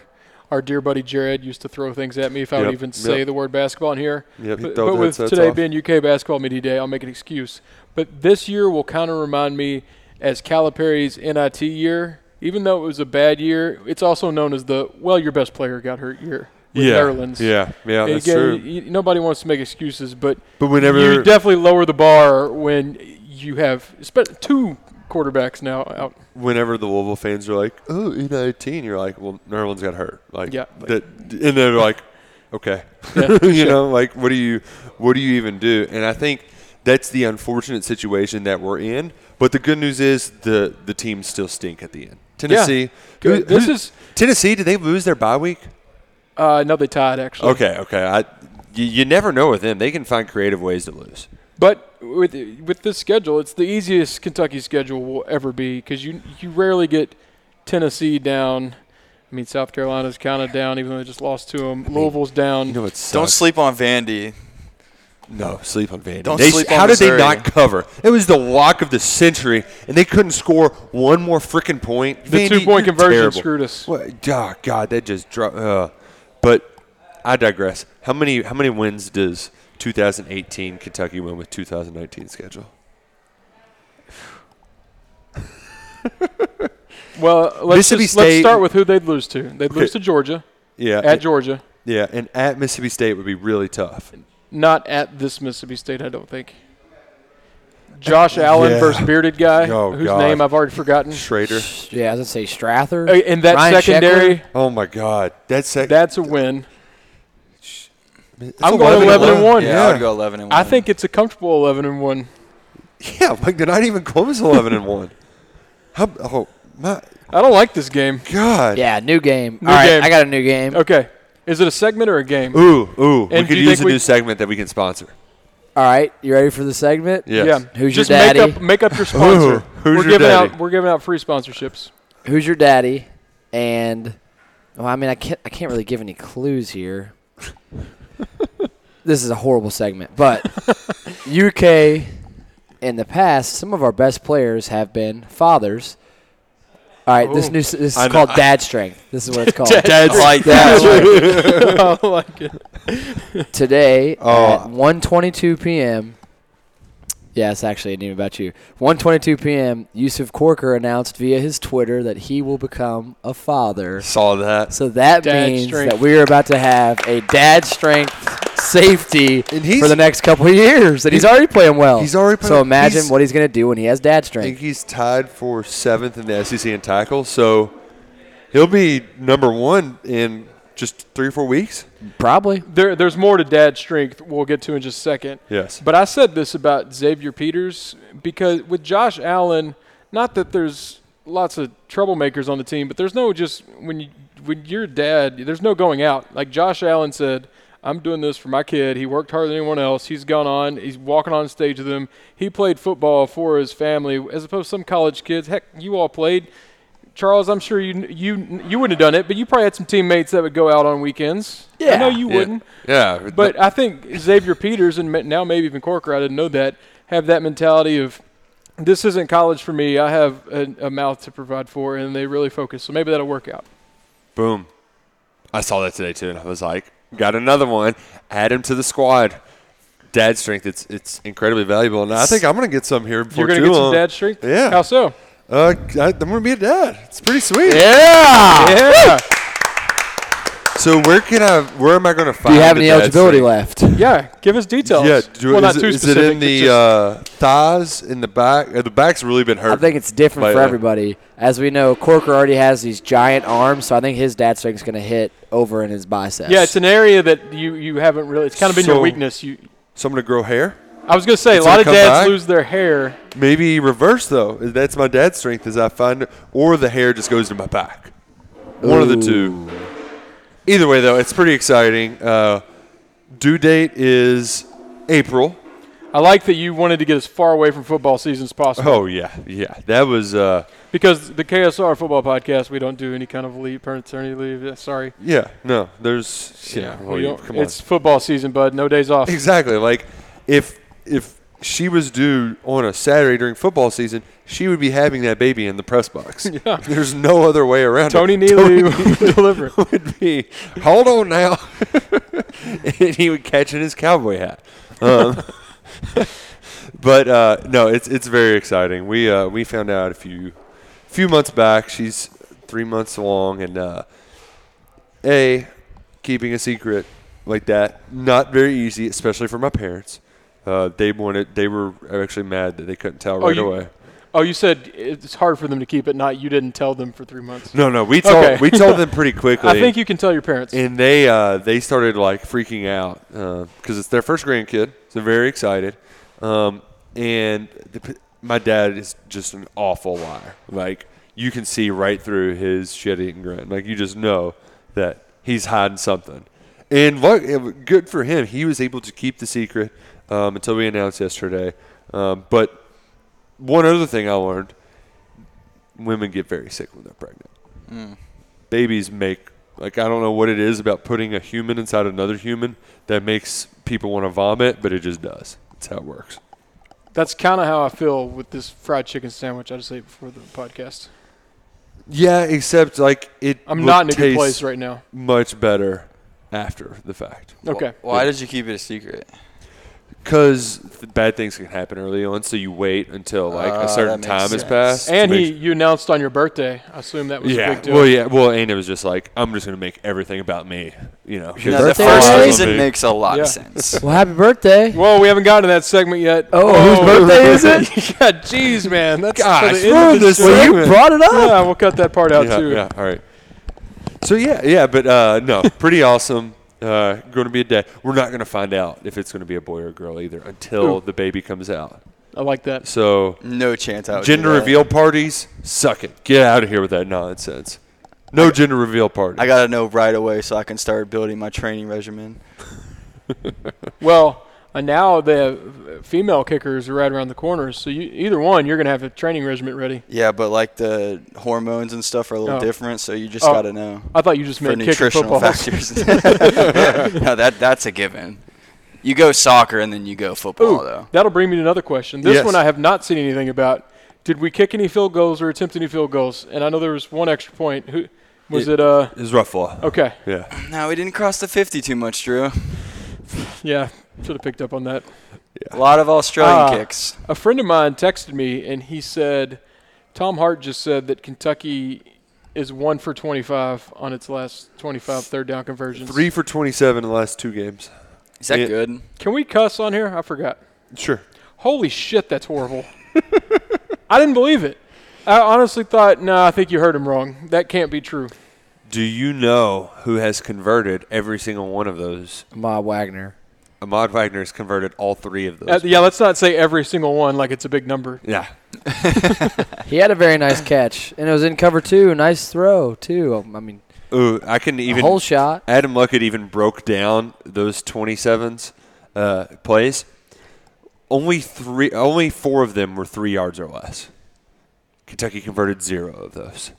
D: our dear buddy Jared used to throw things at me if I
C: Yep,
D: would even
C: yep.
D: say the word basketball in here.
C: Yep, he
D: but
C: throws
D: but
C: the
D: with
C: headsets
D: today
C: off.
D: being UK basketball media day, I'll make an excuse. But this year will kind of remind me as Calipari's NIT year. Even though it was a bad year, it's also known as the well, your best player got hurt year. With
C: yeah,
D: Netherlands.
C: yeah, yeah,
D: And
C: that's
D: again,
C: true.
D: y- y- nobody wants to make excuses, but
C: But whenever-
D: you definitely lower the bar when you have spe- two quarterbacks now out.
C: whenever the Louisville fans are like, "Oh, NIT," and you're like, "Well, Nerlens got hurt." Like,
D: Yeah.
C: that, and they're like, "Okay," [laughs] you know, like, what do you, what do you even do? And I think that's the unfortunate situation that we're in. But the good news is the the teams still stink at the end. Tennessee,
D: Good. This is-
C: Tennessee. Did they lose their bye week?
D: Uh, no, they tied actually.
C: Okay, okay. I, you, you never know with them. They can find creative ways to lose.
D: But with with this schedule, it's the easiest Kentucky schedule will ever be because you you rarely get Tennessee down. I mean, South Carolina's kind of down, even though they just lost to them. Louisville's down.
C: You know it's
E: Don't sleep on Vandy.
C: No, sleep on Vandy.
E: Don't
C: They-
E: sleep on
C: how did they
E: Missouri.
C: not cover? It was the lock of the century, and they couldn't score one more freaking point.
D: The
C: Vandy,
D: two-point
C: you're
D: conversion
C: terrible.
D: screwed us.
C: What, oh, God, that just dropped. Uh, but I digress. How many how many wins does 2018 Kentucky win with 2019 schedule?
D: well, let's,
C: Mississippi
D: just- let's
C: State-
D: start with who they'd lose to. They'd
C: Okay.
D: lose
C: Uh,
D: to Georgia
C: Yeah,
D: at Georgia,
C: yeah, and at Mississippi State would be really tough.
D: not at this Mississippi State. I don't think. Josh Allen
C: Yeah.
D: versus bearded guy,
C: Oh,
D: whose
C: God.
D: name I've already forgotten.
C: Schrader.
F: Yeah, I was gonna say Strather
D: Uh, In that
F: Ryan
D: secondary,
F: Sheckler.
C: Oh my God, that's sec-
D: that's a win.
C: that's
D: I'm going 11 and one.
E: Yeah, I would go 11 and 1.
D: I think it's a comfortable 11 and one.
C: Yeah, [laughs] like they're not even close. Eleven and one. How? Oh my
D: I don't like this game.
C: God.
F: Yeah, new game.
D: New
F: All right,
D: game.
F: I got a new game.
D: Okay, is it a segment or a game?
C: Ooh, ooh. we
D: And
C: could
D: do you
C: use a
D: think we-
C: new segment that we can sponsor.
F: All right, you ready for the segment?
C: Yes.
D: Yeah.
F: Who's your
D: Just make
F: daddy?
D: up, make up your sponsor.
C: Ooh, who's
D: we're
C: your
D: giving
C: daddy?
D: out we're giving out free sponsorships.
F: Who's your daddy? And well, I mean, I can't I can't really give any clues here. this is a horrible
D: [laughs]
F: segment, but UK in the past, some of our best players have been fathers. All right,
D: Oh,
F: this new s- this is called dad strength. This is
D: [laughs]
F: what it's called.
E: Dad's like
F: Dad
E: that.
F: strength.
D: I like it.
F: today
C: Oh.
F: at 1:22 p.m. Yes, actually, I knew about you. 1:22 p.m. Yusuf Corker announced via his Twitter that he will become a father.
C: Saw that.
F: So that
D: Dad
F: means
D: strength.
F: that we are about to have a dad strength safety
C: And he's-
F: for the next couple of years, and he's already playing well.
C: he's already
F: So
C: playing-
F: imagine
C: he's-
F: what he's going to do when he has dad
C: I think
F: strength.
C: he's tied for seventh in the SEC in tackle, so he'll be number one in just three or four weeks.
F: Probably.
D: There, there's more to dad strength. We'll get to in just a second.
C: Yes.
D: But I said this about Xavier Peters because with Josh Allen, not that there's lots of troublemakers on the team, but there's no just when you when you're dad, there's no going out. Like Josh Allen said, I'm doing this for my kid. He worked harder than anyone else. He's gone on. He's walking on stage with them. He played football for his family, as opposed to some college kids. Heck, you all played. Charles, I'm sure you you you wouldn't have done it, but you probably had some teammates that would go out on weekends. I
F: Yeah.
D: know you wouldn't.
C: Yeah.
D: But I think Xavier Peters and ma- now maybe even Corker, I didn't know that, have that mentality of this isn't college for me. I have a, a mouth to provide for, and they really focus. So maybe that'll work out.
C: boom. I saw that today too, and I was like, got another one. Add him to the squad. Dad strength, it's it's incredibly valuable, and I think I'm gonna get some here. Before
D: You're going
C: too
D: to get some
C: long.
D: dad strength?
C: Yeah.
D: How so?
C: Uh, I, I'm gonna be a dad. It's pretty sweet.
F: Yeah.
D: Yeah.
C: So where can I? Where am I gonna find?
F: Do you have
C: the
F: any
C: dad
F: eligibility
C: strength?
F: left?
D: yeah. Give us details.
C: Yeah, do,
D: well,
C: is,
D: not
C: it-
D: too
C: is it
D: specific.
C: in
D: but
C: the
D: just-
C: uh, thighs, in the back? Uh, the back's really been hurt. uh,
F: I think it's different
C: Like
F: for
D: uh,
C: that.
F: everybody. As we know, Corker already has these giant arms, so I think his dad strength's going to hit over in his biceps.
D: yeah, it's an area that you, you haven't really, it's kind of been
C: So-
D: your weakness. You,
C: So I'm gonna grow hair.
D: I was going to say,
C: It's
D: a lot
C: gonna
D: of
C: come
D: dads
C: back?
D: lose their hair.
C: Maybe reverse though. That's my dad's strength is I find, or the hair just goes to my back. One of the two. Either way though, it's pretty exciting. Uh, due date is April.
D: I like that you wanted to get as far away from football season as possible.
C: Oh yeah, yeah. That was uh,
D: Because the KSR football podcast, we don't do any kind of leave, paternity leave. Yeah, Sorry.
C: yeah. No, there's yeah. well,
D: We
C: you-
D: don't-
C: come on.
D: it's football season, bud. No days off.
C: Exactly. Like if if she was due on a Saturday during football season, she would be having that baby in the press
D: [laughs]
C: box. There's no other way around [laughs]
D: Tony
C: it.
D: [laughs] Neely will deliver.
C: [laughs] would be, hold on now. [laughs] and he would catch in his cowboy hat. Um, [laughs] but uh, no, it's it's very exciting. We uh, we found out a few few months back. She's three months along, and uh, a keeping a secret like that not very easy, especially for my parents. Uh, they wanted they were actually mad that they couldn't tell right
D: you-
C: away.
D: Oh, you said it's hard for them to keep it. Not you didn't tell them for three months.
C: No, no, we told
D: [laughs] Okay.
C: we told them pretty quickly.
D: [laughs] I think you can tell your parents.
C: and they uh, they started like freaking out because it's their first grandkid, so they're very excited. Um, and the, p- my dad is just an awful liar. Like you can see right through his shit-eating grin. Like you just know that he's hiding something. And look, it w- good for him. He was able to keep the secret um, until we announced yesterday. Um, but one other thing I learned: women get very sick when they're pregnant. babies make like I don't know what it is about putting a human inside another human that makes people want to vomit, but it just does. That's how it works.
D: That's kind of how I feel with this fried chicken sandwich I just ate before the podcast.
C: Yeah, except like it.
D: I'm
C: will
D: not in a good
C: taste
D: place right now.
C: Much better after the fact.
D: Okay.
E: Why did you keep it a secret?
C: Because bad things can happen early on, so you wait until like
E: Ah,
C: a certain
E: that makes
C: time has
E: sense.
C: passed. to
D: And
C: make
D: he, you announced on your birthday. I assume that was a
C: Yeah.
D: big deal.
C: Well, yeah. Well, and it was just like I'm just gonna make everything about me. You know. 'cause
E: Now, the
F: birthday
C: that's
E: first
C: all
F: was-
E: reason
C: me.
E: makes a lot
D: Yeah.
E: of sense.
F: Well, happy birthday.
D: Whoa, we haven't gotten to that segment yet.
F: Oh, whose birthday is it?
D: [laughs] yeah, jeez, man. That's
C: Gosh,
D: to the end
C: ruin
D: of the
C: this
D: show.
C: segment.
F: Well, you brought it up.
D: Yeah, we'll cut that part out
C: yeah,
D: too.
C: yeah. All right. So yeah, yeah, but uh, no, pretty awesome. Uh, going to be a day. We're not going to find out if it's going to be a boy or a girl either until the baby comes out.
D: I like that.
C: So
E: No chance I would do
C: gender
E: that.
C: reveal parties, suck it. Get out of here with that nonsense. No gender reveal party.
E: I gotta know right away so I can start building my training regimen.
D: Well, uh, now the female kickers are right around the corner, so you, either one, you're gonna have a training regiment ready.
E: Yeah, but like the hormones and stuff are a little
D: Oh.
E: different, so you just
D: Oh.
E: gotta know
D: I thought you just
E: for
D: meant kicking
E: nutritional
D: football.
E: factors.
D: [laughs]
E: [laughs] no, that that's a given. You go soccer and then you go football
D: Ooh,
E: though.
D: that'll bring me to another question. This
C: Yes.
D: one I have not seen anything about. Did we kick any field goals or attempt any field goals? And I know there was one extra point. Who was it? Uh,
C: It's rough law.
D: okay,
C: Yeah,
E: No, we didn't cross the 50 too much, Drew.
D: yeah, should have picked up on that.
E: A lot of Australian
D: Ah.
E: kicks.
D: A friend of mine texted me and he said, Tom Hart just said that Kentucky is one for 25 on its last 25 third down conversions.
C: three for twenty-seven in the last two games.
E: Is that
C: Yeah.
E: good?
D: Can we cuss on here? I forgot.
C: Sure.
D: Holy shit, that's horrible. [laughs] I didn't believe it. I honestly thought, no, I think you heard him wrong. That can't be true.
C: Do you know who has converted every single one of those?
F: Ma Wagner.
C: Ahmad Wagner has converted all three of those.
D: Uh, yeah, let's not say every single one like it's a big number.
C: yeah.
F: He had a very nice catch, and it was in cover two. Nice throw too. Um, I mean,
C: Ooh, I can even
F: a whole shot.
C: Adam Luckett even broke down those 27s uh, plays. Only three, only four of them were three yards or less. Kentucky converted zero of those.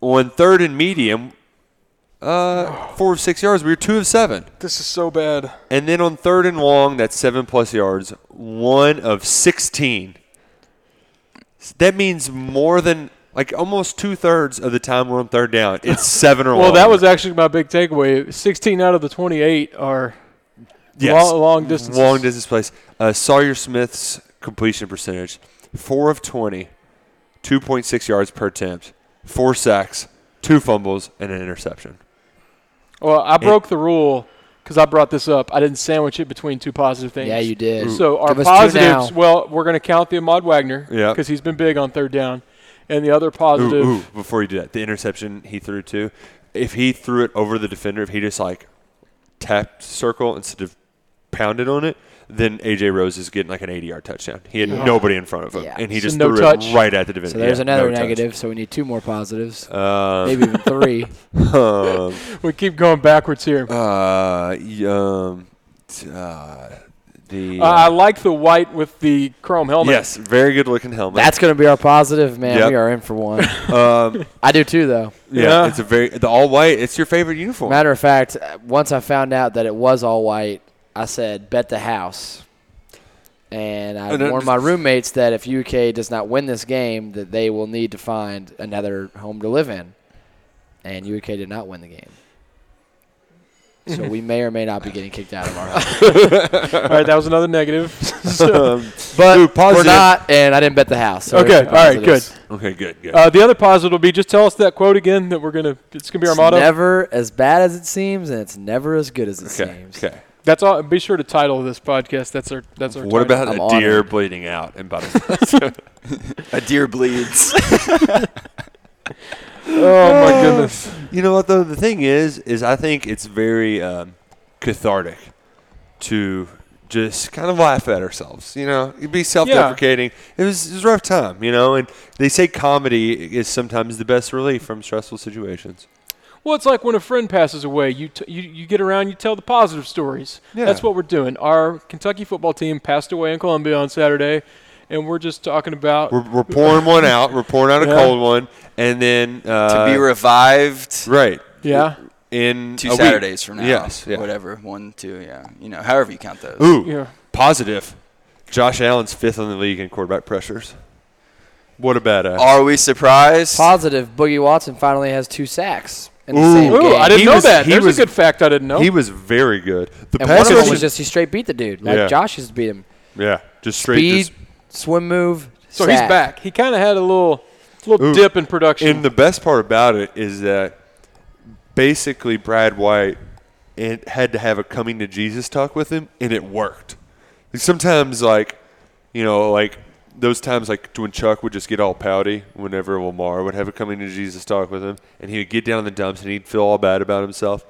C: On third and medium, uh, four of six yards. We were two of seven.
D: This is so bad.
C: And then on third and long, that's seven plus yards. One of 16. S- That means more than like almost two thirds of the time we're on third down. It's seven or
D: Well,
C: longer.
D: that was actually my big takeaway. 16 out of the 28 are long, long distances.
C: Long distance plays. Uh, Sawyer Smith's completion percentage, four of 20, 2.6 yards per attempt, four sacks, two fumbles, and an interception.
D: Well, I broke the rule because I brought this up. I didn't sandwich it between two positive things.
F: Yeah, you did.
D: So our
F: Give us two
D: positives.
F: now.
D: Well, we're going to count the Ahmad Wagner
C: Yeah.
D: because he's been big on third down, and the other
C: Ooh,
D: positive.
C: ooh, before you do that, the interception he threw too. If he threw it over the defender, if he just like tapped circle instead of pounded on it, then AJ Rose is getting like an 80 yard touchdown. He had nobody in front of him,
F: Yeah.
C: and he
D: So
C: just
D: no
C: threw
D: touch.
C: it right at the defender.
F: So there's
C: Yeah,
F: another
C: no touch.
F: negative. So we need two more positives,
D: Oh.
C: Uh,
F: maybe
D: [laughs]
F: even three.
C: um,
D: We keep going backwards here. Uh,
C: Uh, y- um, t- uh, the
D: Uh, I like the white with the chrome helmet.
C: yes, very good looking helmet.
F: That's going to be our positive, man.
C: Yep.
F: We are in for one.
D: [laughs]
C: um,
F: I do too, though.
C: yeah,
D: Yeah.
C: it's a very the all white. It's your favorite uniform.
F: Matter of fact, uh, once I found out that it was all white, I said, bet the house. And I
C: And it-
F: warned my roommates that if UK does not win this game, that they will need to find another home to live in. And UK did not win the game. So we may or may not be getting kicked out of our house.
D: All right, that was another negative. So,
C: Um,
F: But
C: Ooh,
F: we're
C: positive.
F: not, and I didn't bet the house. so
D: okay.
F: there's
D: All
F: your
D: right. Good.
F: positives.
C: okay, good, good.
D: Uh, the other positive will be just tell us that quote again that we're gonna. It's gonna be our
F: It's
D: motto.
F: never as bad as it seems, and it's never as good as it
C: okay,
F: seems.
C: okay.
D: That's all. Be sure to title this podcast. That's our. That's our.
C: What
D: title.
C: about
F: I'm
C: a deer
F: honored.
C: bleeding out and
D: [laughs]
C: body?
E: A deer bleeds.
C: [laughs]
D: Oh my goodness.
C: you know what though? The thing is, is I think it's very um, cathartic to just kind of laugh at ourselves. You know, You'd be self-deprecating. It, was, it was a rough time, you know. And they say comedy is sometimes the best relief from stressful situations.
D: Well, it's like when a friend passes away. You t- you, you get around. You tell the positive stories.
C: Yeah.
D: That's what we're doing. Our Kentucky football team passed away in Columbia on Saturday, and we're just talking about
C: We're, we're pouring one out. We're pouring out a
D: Yeah.
C: cold one, and then uh,
E: [laughs] to be revived
C: right
D: yeah,
C: in
E: two
C: a week.
E: Saturdays from now.
C: Yes, yeah.
E: Whatever. One, two, yeah. You know, however you count those.
C: Ooh,
D: Yeah.
C: positive. Josh Allen's fifth in the league in quarterback pressures. What a badass!
E: Are we surprised?
F: Positive. Boogie Watson finally has two sacks in the
C: Ooh.
F: same game.
D: Ooh, I didn't
C: He
D: know
C: was-
D: that.
C: he
D: There's
C: was-
D: a good fact I didn't know.
C: He was very good. The
F: and one
C: pass
F: of them was
C: efficiency-
F: just he straight beat the dude, like
C: Yeah.
F: Josh just beat him.
C: yeah, just straight
F: Speed,
C: just-
F: swim move.
D: so he's
F: sack.
D: back. He kind of had a little little
C: Ooh.
D: dip in production.
C: And the best part about it is that basically Brad White and had to have a coming to Jesus talk with him, and it worked. Like, Sometimes, like you know, like those times, like when Chuck would just get all pouty whenever Lamar would have a coming to Jesus talk with him, and he would get down in the dumps and he'd feel all bad about himself.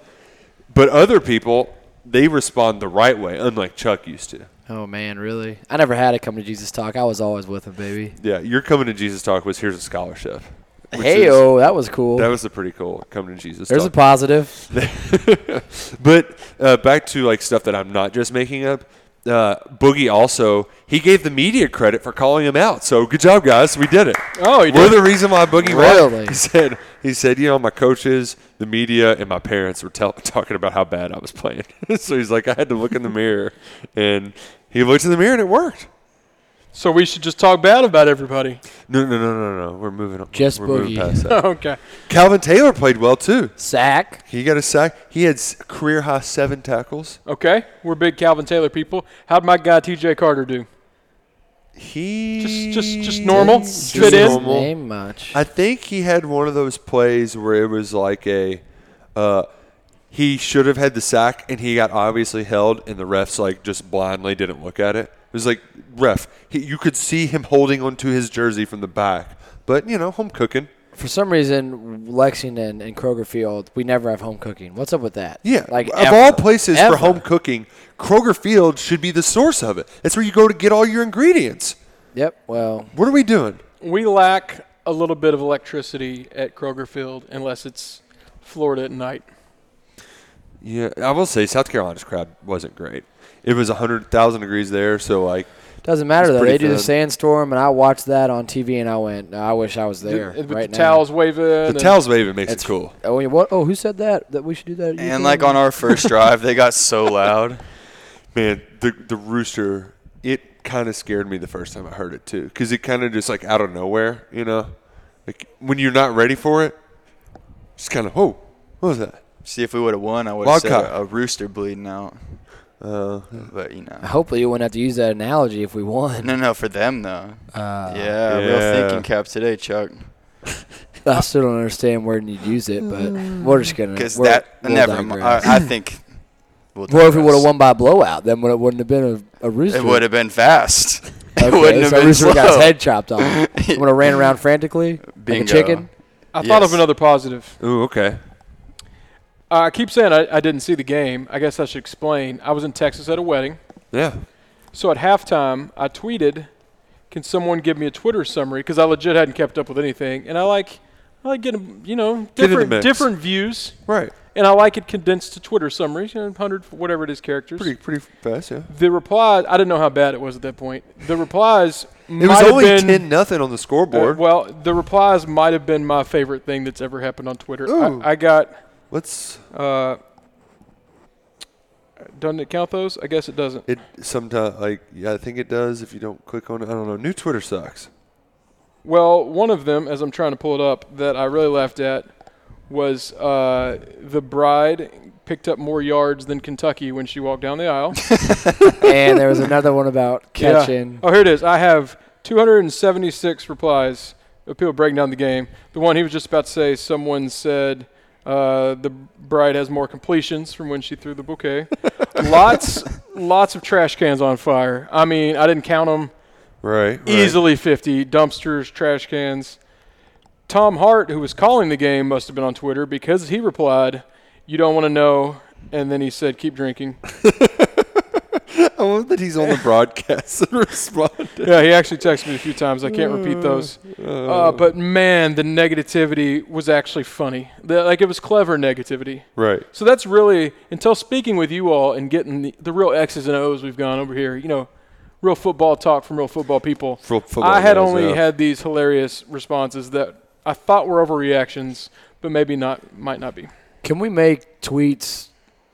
C: But other people, they respond the right way, unlike Chuck used to.
F: Oh man, really? I never had a come to Jesus talk. I was always with him, baby.
C: Yeah, your coming to Jesus talk was here's a scholarship. which is-
F: Hey oh, that was cool.
C: that was a pretty cool coming to Jesus.
F: There's a
C: talk.
F: positive.
C: But uh, back to like stuff that I'm not just making up. Uh, Boogie also he gave the media credit for calling him out. So good job, guys. We did it.
D: Oh, he
C: we're
D: did.
C: the reason why Boogie
F: Really?
C: won. He said he said you know my coaches, the media, and my parents were tell- talking about how bad I was playing. [laughs] so he's like I had to look in the mirror, and he looked in the mirror and it worked.
D: so we should just talk bad about everybody. [laughs]
C: No, no, no, no, no. We're moving on.
F: Just
C: we're moving
F: Boogie.
C: past that.
D: okay.
C: Calvin Taylor played well too.
F: Sack.
C: He got a sack. He had career high seven tackles.
D: Okay. We're big Calvin Taylor people. How'd my guy TJ Carter do?
C: He
D: Just- just- just normal?
C: Just
D: Fit in?
F: Doesn't
C: normal.
F: Name much.
C: I think he had one of those plays where it was like a, uh, he should have had the sack and he got obviously held and the refs like just blindly didn't look at it. It was like ref, he, you could see him holding onto his jersey from the back, but you know home cooking.
F: For some reason, Lexington and Kroger Field, we never have home cooking. What's up with that?
C: Yeah,
F: like
C: of
F: ever.
C: all places
F: Ever.
C: for home cooking, Kroger Field should be the source of it. That's where you go to get all your ingredients.
F: Yep. Well,
C: What are we doing?
D: We lack a little bit of electricity at Kroger Field unless it's Florida at night.
C: Yeah, I will say South Carolina's crowd wasn't great. It was 100,000 degrees there, so like
F: doesn't matter
C: It's
F: though. They
C: pretty
F: do the
C: thin.
F: sandstorm, and I watched that on TV, and I went, I wish I was there
D: With
F: right
D: the
F: now.
D: towels waving.
C: the
D: and-
C: towels waving makes it cool.
F: Oh, yeah, what? Oh, who said that? That we should do that. at
E: And
F: UTM?
E: like on
F: [laughs]
E: our first drive, they got so loud.
C: Man, the the rooster, it kind of scared me the first time I heard it too, because it kind of just like out of nowhere, you know, like when you're not ready for it, just kind of whoa, what was that?
E: See if we would have won, I would have said
C: Wildcat.
E: a, a rooster bleeding out.
F: Uh,
E: but you know,
F: Hopefully, you wouldn't have to use that analogy if we won. [laughs]
E: no, no, for them though.
F: Uh,
C: Yeah.
E: yeah, real thinking cap today, Chuck.
F: I still don't understand where you'd use it, but we're just gonna.
E: Because
F: we're-
E: that
F: we'll
E: never.
F: digress.
E: mi- I, I think. We'll,
F: Well, if we
E: digress.
F: would have won by a blowout, then would- it wouldn't have been a, a rooster.
E: it would have been fast. [laughs] it
F: Okay,
E: wouldn't
F: so
E: have been
F: rooster
E: slow.
F: got his head chopped
E: [laughs]
F: off. Would have ran around frantically like a
E: Bingo.
F: chicken.
D: I thought of
E: Yes.
D: another positive.
C: Ooh, okay.
D: Uh, I keep saying I, I didn't see the game. I guess I should explain. I was in Texas at a wedding.
C: Yeah.
D: So at halftime, I tweeted, "Can someone give me a Twitter summary?" Because I legit hadn't kept up with anything, and I like, I like getting you know
C: Get in the
D: different
C: mix.
D: different views,
C: Right.
D: and I like it condensed to Twitter summaries, you know, hundred whatever it is characters.
C: Pretty pretty fast, yeah.
D: The replies, I didn't know how bad it was at that point. The replies
C: It
D: might
C: was
D: have
C: only
D: been,
C: ten nothing on the
D: Uh,
C: scoreboard.
D: well, the replies might have been my favorite thing that's ever happened on Twitter.
C: Ooh.
D: I, I got.
C: Let's.
D: Uh, doesn't it count those? I guess it doesn't.
C: It sometimes like yeah, I think it does if you don't click on it. I don't know. New Twitter sucks.
D: Well, one of them, as I'm trying to pull it up, that I really laughed at was uh, the bride picked up more yards than Kentucky when she walked down the aisle.
F: and
E: [laughs]
F: there was another one about
D: Yeah.
F: catching.
D: Oh, here it is. I have 276 replies of people breaking down the game. The one he was just about to say, someone said uh, the bride has more completions from when she threw the bouquet. lots, lots of trash cans on fire. I mean, I didn't count them.
C: Right. right.
D: Easily 50 dumpsters, trash cans. Tom Hart, who was calling the game, must have been on Twitter because he replied, "You don't want to know." And then he said, "Keep drinking."
C: I love that he's on [laughs] the broadcast and responded.
D: yeah, he actually texted me a few times. I can't repeat those. Uh, but man, the negativity was actually funny. The, like it was clever negativity.
C: Right.
D: So that's really until speaking with you all and getting the, the real X's and O's we've gone over here. You know, real football talk from real football people.
C: Fo- football
D: I had
C: guys,
D: only
C: yeah.
D: had these hilarious responses that I thought were overreactions, but maybe not, might not be.
F: Can we make tweets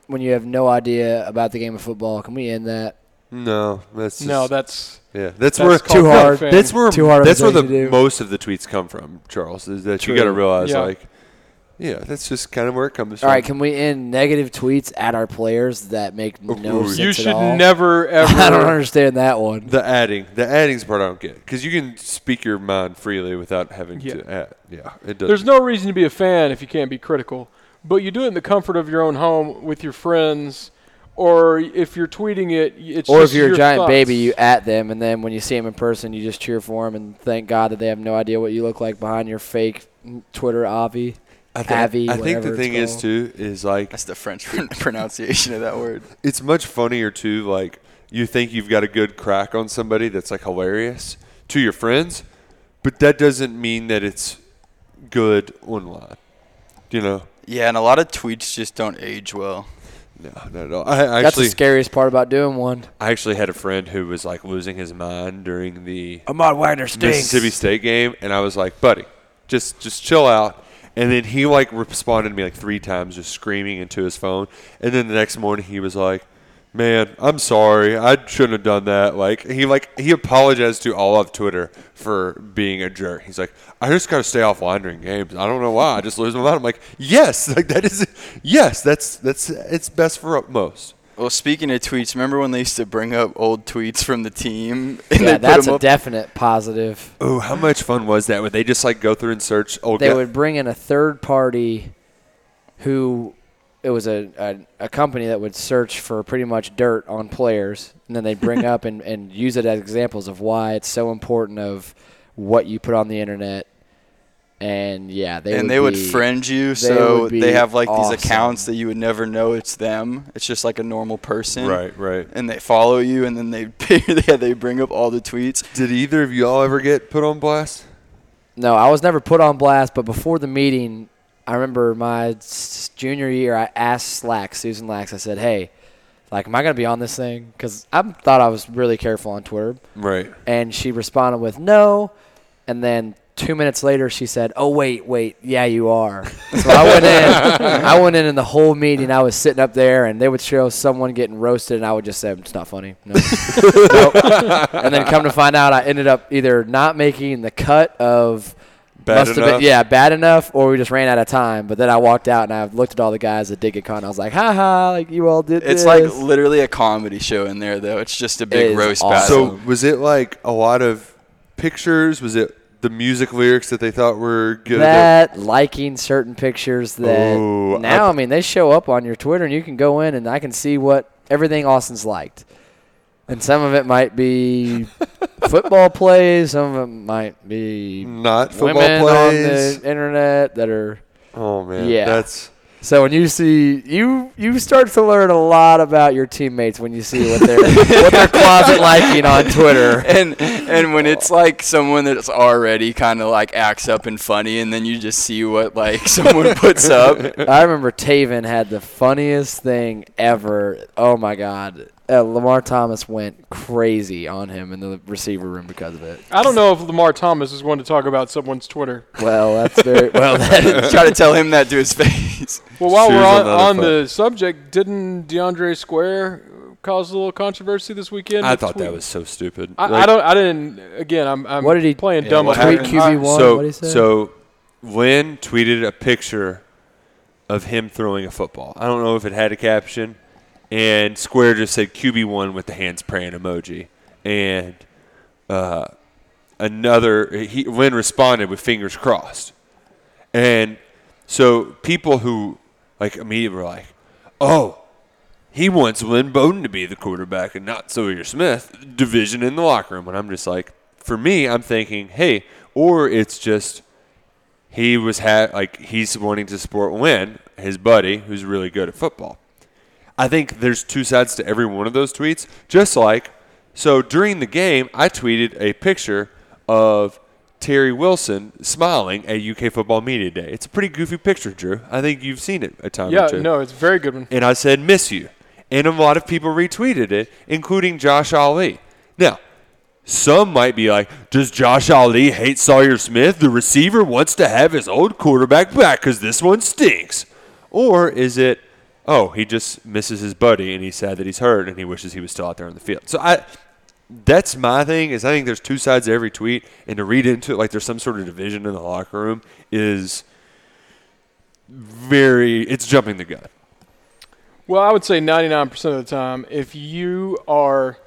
F: when you have no idea about the game of football? Can we end that?
C: No, that's just,
D: no, that's
C: yeah, that's,
D: that's
C: where
D: called
F: Too hard.
D: fan.
C: that's where
F: Too hard of a
C: that's where
F: thing
C: the
F: to do.
C: most of the tweets come from, Charles. Is that you got to
F: True.
C: realize
D: Yeah.
C: like, yeah, that's just kind of where it comes
F: All
C: from.
F: right, can we end negative tweets at our players that make no
C: Ooh.
F: sense
D: you
F: at
D: should
F: all?
D: never ever.
F: [laughs] I don't understand that one.
C: the adding, the adding's part I don't get because you can speak your mind freely without having
D: Yeah.
C: to add. Yeah, it does.
D: There's no reason to be a fan if you can't be critical, but you do it in the comfort of your own home with your friends, or if you're tweeting it, it's
F: Or if
D: just
F: you're a
D: your
F: giant
D: thoughts.
F: baby, you at them, and then when you see them in person, you just cheer for them and thank God that they have no idea what you look like behind your fake Twitter avi.
C: I think,
F: Avi,
C: I think
F: whatever
C: the
F: it's
C: thing is
F: called.
C: too is like
E: That's the French [laughs] pronunciation of that word.
C: it's much funnier too. Like you think you've got a good crack on somebody that's like hilarious to your friends, but that doesn't mean that it's good online. You know,
E: Yeah, and a lot of tweets just don't age well.
C: no, not at all. I- I
F: That's
C: actually,
F: the scariest part about doing one.
C: I actually had a friend who was like losing his mind during the
F: Ahmad Wagner
C: Mississippi State game, and I was like, buddy, just just chill out. And then he like responded to me like three times, just screaming into his phone. And then the next morning he was like, "Man, I'm sorry. I shouldn't have done that." Like he like he apologized to all of Twitter for being a jerk. He's like, "I just gotta stay offline during games. I don't know why. I just lose my mind." I'm like, "Yes, [laughs] like that is yes. That's that's it's best for most."
E: Well, speaking of tweets, remember when they used to bring up old tweets from the team? [laughs] And
F: Yeah,
E: they'd put
F: that's
E: 'em
F: a
E: up?
F: definite positive.
C: Oh, how much fun was that? Would they just like go through and search "Oh, old?
F: they
C: guy-
F: would bring in a third party who it was a, a, a company that would search for pretty much dirt on players and then they'd
E: [laughs]
F: bring up and, and use it as examples of why it's so important of what you put on the internet and yeah they
E: and
F: would
E: they would
F: be-
E: friend you, so
F: would be
E: they have like
F: awesome.
E: these accounts that you would never know it's them. It's just like a normal person,
C: Right, right.
E: And they follow you, and then they [laughs] yeah, they bring up all the tweets.
C: Did either of y'all ever get put on blast?
F: no i was never put on blast but before the meeting i remember my s- junior year i asked slack susan lax i said hey like am i going to be on this thing because i thought i was really careful on twitter
C: Right.
F: And she responded with no. And then two minutes later, she said, "Oh wait, wait, yeah, you are." So I went in. I went in, and the whole meeting, I was sitting up there, and they would show someone getting roasted, and I would just say, "It's not funny." No. Nope. And then come to find out, I ended up either not making the cut of.
C: Bad enough?
F: yeah, bad enough, or we just ran out of time. But then I walked out and I looked at all the guys that did get caught, and I was like, "Ha ha! Like you all did." this.
E: It's like literally a comedy show in there, though. It's just a big
F: is
E: roast
F: awesome.
E: battle.
C: So was it like a lot of pictures? Was it the music lyrics that they thought were good?
F: that liking certain pictures that
C: Ooh, I-
F: now I, mean they show up on your Twitter and you can go in and I can see what everything Austin's liked. And some of it
C: [laughs]
F: might be football plays, some of it might be
C: Not Mm, football
F: women
C: plays.
F: on the internet that are
C: oh man,
F: Yeah.
C: that's
F: so when you see you you start to learn a lot about your teammates when you see
C: [laughs]
F: what they're what they're closet liking on Twitter.
E: [laughs] and and when it's like someone that's already kind of like acts up and funny, and then you just see what like [laughs] someone puts up,
F: [laughs] I remember Taven had the funniest thing ever. Oh my god. Uh, Lamar Thomas went crazy on him in the receiver room because of it.
D: I don't know if Lamar Thomas is going to talk about someone's Twitter.
F: Well,
D: [laughs]
F: that's very
C: [laughs]
F: well. That,
E: try to tell him that to his [laughs] face.
D: Well, while
C: Shoes
D: we're
C: on
D: on,
C: the
D: on
C: other
D: the subject, didn't DeAndre Square cause a little controversy this weekend?
C: I
D: with
C: thought that
D: tweet-
C: was so stupid.
D: I, I
C: Like,
D: don't. I didn't. Again, I'm. I'm
F: What did he-
D: playing
E: Yeah,
D: dumb?
E: what
D: with
E: happened?
D: it.
F: Tweet QB1.
D: I-
C: So
F: What'd he say?
C: so Lynn tweeted a picture of him throwing a football. I don't know if it had a caption, and Square just said QB one with the hands praying emoji, and uh, another he Lynn responded with fingers crossed. And so people who like immediately were like, "Oh, he wants Lynn Bowden to be the quarterback and not Sawyer Smith." Division in the locker room, and I'm just like, for me, I'm thinking, hey, or it's just he was ha- like he's wanting to support Lynn, his buddy, who's really good at football. I think there's two sides to every one of those tweets. Just like, so during the game, I tweeted a picture of Terry Wilson smiling at UK Football Media Day. It's a pretty goofy picture, Drew. I think you've seen it a time or
D: Yeah,
C: two.
D: no, it's a very good one.
C: And I said, miss you. And a lot of people retweeted it, including Josh Ali. Now, some might be like, does Josh Ali hate Sawyer Smith? The receiver wants to have his old quarterback back because this one stinks. Or is it, oh, he just misses his buddy and he's sad that he's hurt and he wishes he was still out there on the field. So I, that's my thing is I think there's two sides to every tweet, and to read into it like there's some sort of division in the locker room is very it's jumping the gun.
D: Well, I would say 99% of the time, if you are,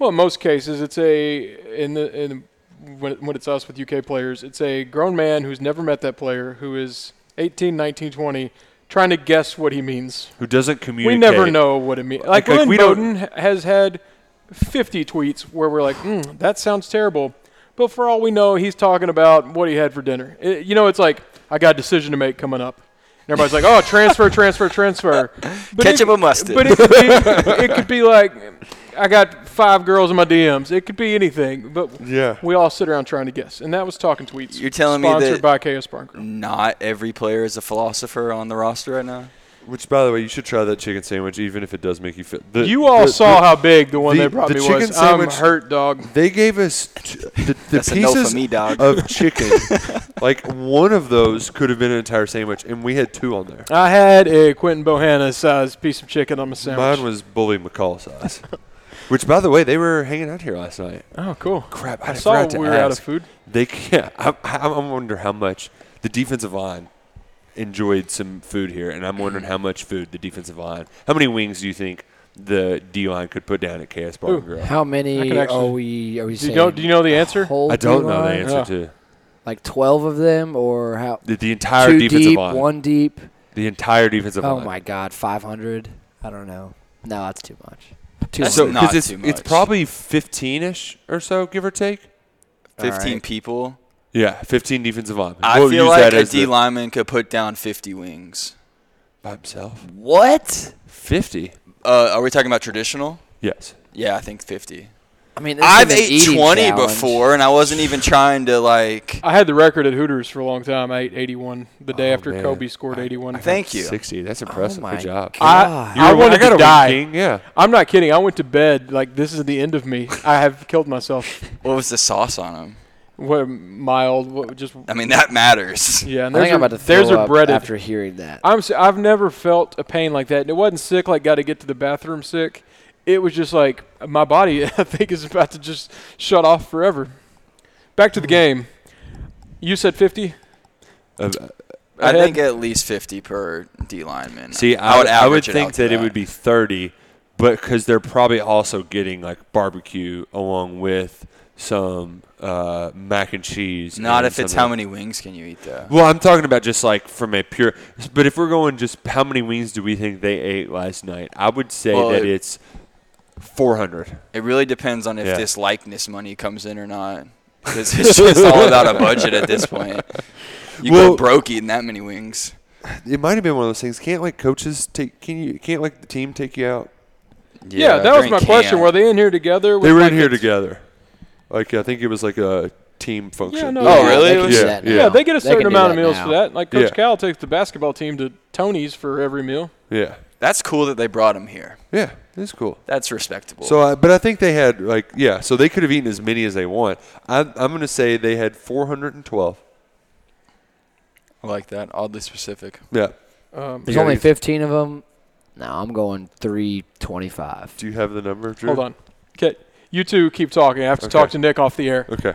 D: well, in most cases, it's a in the in the, when, when it's us with UK players, it's a grown man who's never met that player who is 18, 19, 20, trying to guess what he means.
C: Who doesn't
D: We
C: communicate?
D: never know what it means.
C: like,
D: Like, Glenn
C: we don't-
D: Bowden has had 50 tweets where we're like, mm, that sounds terrible. But for all we know, he's talking about what he had for dinner. It- you know, it's like, I got a decision to make coming up. And everybody's like, oh, transfer, transfer, transfer. But it-
E: Ketchup or mustard?
D: But it could, be, it could be like, I got five girls in my DMs. It could be anything. But
C: Yeah.
D: we all sit around trying to guess. And that was Talking Tweets.
E: You're telling me
D: sponsored
E: that-
D: by KS Parker.
E: Not every player is a philosopher on the roster right now.
C: Which by the way, you should try that chicken sandwich, even if it does make you feel the,
D: You all
C: the-
D: saw
C: the-
D: how big the one
C: the-
D: they brought
C: the
D: me
C: chicken
D: was. I'm
C: sandwich-
D: hurt, dog.
C: They gave us t- the, the
E: That's a no for
C: pieces
E: me, dog.
C: of
E: [laughs]
C: chicken. like one of those could have been an entire sandwich, and we had two on there.
D: I had a Quentin Bohanna sized piece of chicken on my sandwich.
C: Mine was bully McCall size. Which, by the way, they were hanging out here last night.
D: oh, cool.
C: Crap, I,
D: I saw
C: forgot
D: we
C: to
D: were
C: ask.
D: out of food.
C: They can't. [laughs] I, I, I wonder how much the defensive line enjoyed some food here, and I'm wondering how much food the defensive line. How many wings do you think the D line could put down at KS Bar
D: Ooh,
C: and Grill?
F: How
D: I
F: many
D: could actually-
F: are we? Are we
D: Do
F: saying?
D: you know? Do you know the answer?
F: whole
C: I don't know the
F: D-line?
C: answer
D: Yeah.
C: to
F: Like twelve of them, or how?
C: the, the entire
F: two
C: defensive
F: deep,
C: line.
F: one deep.
C: The entire defensive
F: Oh
C: line.
F: my God, five hundred. I don't know. No, that's too much. Too
E: That's
C: So
F: much.
E: not
C: because it's
E: too
C: it's
E: much.
C: probably 15 ish or so, give or take.
F: All
E: 15
F: right.
E: people.
C: Yeah, 15 defensive linemen.
E: I
C: We'll
E: feel
C: use
E: like
C: that
E: a
C: as the-
E: D lineman could put down 50 wings.
C: by himself.
F: What?
C: 50.
E: Uh, are we talking about traditional?
C: Yes.
E: Yeah, I think 50.
F: I mean, this is
E: I've
F: an
E: ate
F: eating
E: 20
F: challenge.
E: before, and I wasn't even trying to, [laughs] like.
D: I had the record at Hooters for a long time. I ate 81 the day
C: Oh,
D: after
C: man.
D: Kobe scored 81.
E: Thank you.
C: 60. That's impressive.
F: Oh my
C: Good job.
D: I,
C: You were-
D: I wanted
C: got a
D: to
C: win,
D: die.
C: King, Yeah.
D: I'm not kidding. I went to bed like this is the end of me. I have killed myself.
E: What was the sauce on him?
D: What mild? What just?
E: I mean, that matters. [laughs]
D: Yeah.
F: I
D: And
F: think
D: there's
F: I'm
D: a-
F: about to throw
D: there's a
F: up
D: breaded
F: after hearing that.
D: I'm s- I've never felt a pain like that. And it wasn't sick like got to get to the bathroom sick. It was just like my body [laughs] I think is about to just shut off forever. Back to the game. You said 50?
C: Uh,
E: I
D: Ahead.
E: think at least 50 per D lineman.
C: see, I, would, I would
E: average it
C: think
E: out to
C: that, it would be 30, but because they're probably also getting like barbecue along with some uh, mac and cheese.
E: Not
C: and
E: if it's
C: some-
E: how many wings can you eat, though.
C: Well, I'm talking about just like from a pure. But if we're going just how many wings do we think they ate last night? I would say
E: Well,
C: that
E: it-
C: it's 400.
E: It really depends on if
C: Yeah.
E: this likeness money comes in or not. 'Cause
C: [laughs]
E: it's just all about a budget at this point. You
C: Well-
E: go broke eating that many wings.
C: It might have been one of those things. Can't like coaches take? Can you? Can't like the team take you out?
D: Yeah, that was
E: during
D: my question.
E: camp.
D: Were they in here together? with,
C: They were
D: like,
C: in here
D: a-
C: together. Like I think it was like a team function.
D: no,
E: Oh,
F: Yeah,
E: really?
F: they can do
C: Yeah,
F: that
C: yeah.
D: Yeah,
F: now.
D: they get a
F: can
D: certain
F: do
D: amount of
F: that
D: meals
F: now.
D: for that. Like Coach
C: Yeah.
D: Cal takes the basketball team to Tony's for every meal.
C: yeah,
E: That's cool that they brought him here.
C: yeah. It's cool.
E: That's respectable.
C: So, I, but I think they had like yeah. So they could have eaten as many as they want. I, I'm going to say they had 412.
E: I like that. Oddly specific.
C: Yeah.
D: Um,
F: There's only 15 of them. No, I'm going 325.
C: Do you have the number? Drew?
D: hold on. Okay. You two keep talking. I have to
C: Okay.
D: talk to Nick off the air.
C: Okay.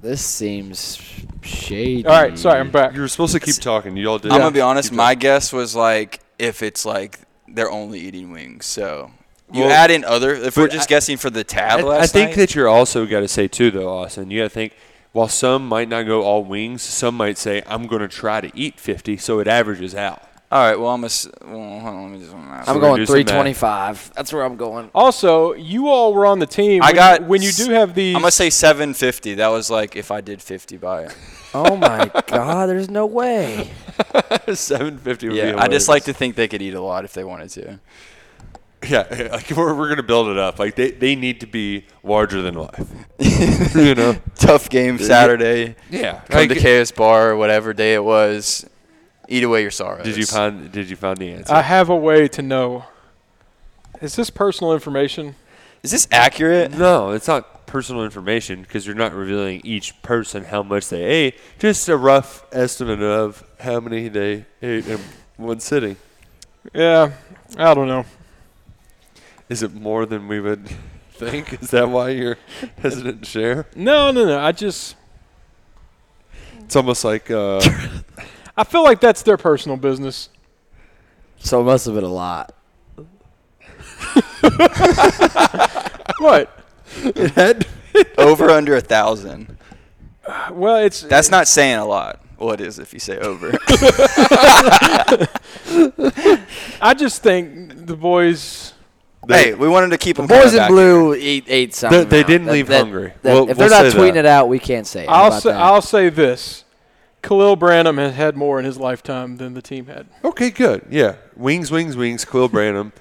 F: This seems shady.
D: All right, sorry, I'm back.
C: You were supposed to keep talking. You all did.
E: I'm gonna be honest.
C: Keep
E: My
C: talking.
E: guess was like if it's like they're only eating wings. So you
C: Well,
E: add in other. If we're
C: but
E: just
C: I-
E: guessing for the tab
C: I,
E: last
C: I think
E: night,
C: that you're also got to say too though, Austin. You got to think. While some might not go all wings, some might say I'm going to try to eat 50, so it averages [laughs] out.
E: All right. Well, I'm a. s- Well, hold on, let me just. I'm
F: I'm
C: we're gonna
F: going
C: do some math.
F: 325. That's where I'm going.
D: Also, you all were on the team.
E: I
D: When-
E: got
D: when you do have these.
E: I'm gonna say 750. That was like if I did 50
D: [laughs]
E: by it.
F: Oh my God, there's no way.
C: 750 would be
E: Yeah, I just
C: hilarious. [laughs]
E: like to think they could eat a lot if they wanted to.
C: Yeah, [laughs] like we're, we're gonna build it up. Like they, they need to be larger than
E: [laughs]
C: life. you know.
E: Tough game Saturday.
C: Yeah.
E: Come
C: Like,
E: to KS Bar or whatever day it was. Eat away your sorrows.
C: did you find Did you find the answer?
D: I have a way to know. Is this personal information?
E: Is this
D: [laughs]
E: accurate?
C: No, it's not personal information because you're not revealing each person how much they ate.
G: Just a rough estimate of how many they ate in one sitting.
D: Yeah, I don't know.
G: Is it more than we
C: [laughs]
G: would think? Is that why you're hesitant to share?
D: No, no, no. I just
G: It's almost like
C: [laughs]
G: uh,
D: I feel like that's their
G: [laughs]
D: personal business.
F: So it must have been a lot.
D: What?
G: [laughs]
E: over under a thousand.
D: Well, it's
E: That's not saying a lot. Well, it is if you
D: [laughs]
E: say over. [laughs]
D: I just think the boys.
E: hey, we wanted to keep them.
F: Boys in blue eat ate something.
G: They- they
F: now.
G: didn't
F: That-
G: leave
F: that-
G: hungry.
F: that-
G: We'll-
F: if
G: we'll
F: they're not
G: say
F: tweeting
G: that.
F: it out, we can't say. It. How
D: I'll
F: about
D: say
F: that?
D: I'll say this: Khalil Branham has had more in his lifetime than the team had.
G: okay, good, yeah. Wings, wings, wings. Quill Branham,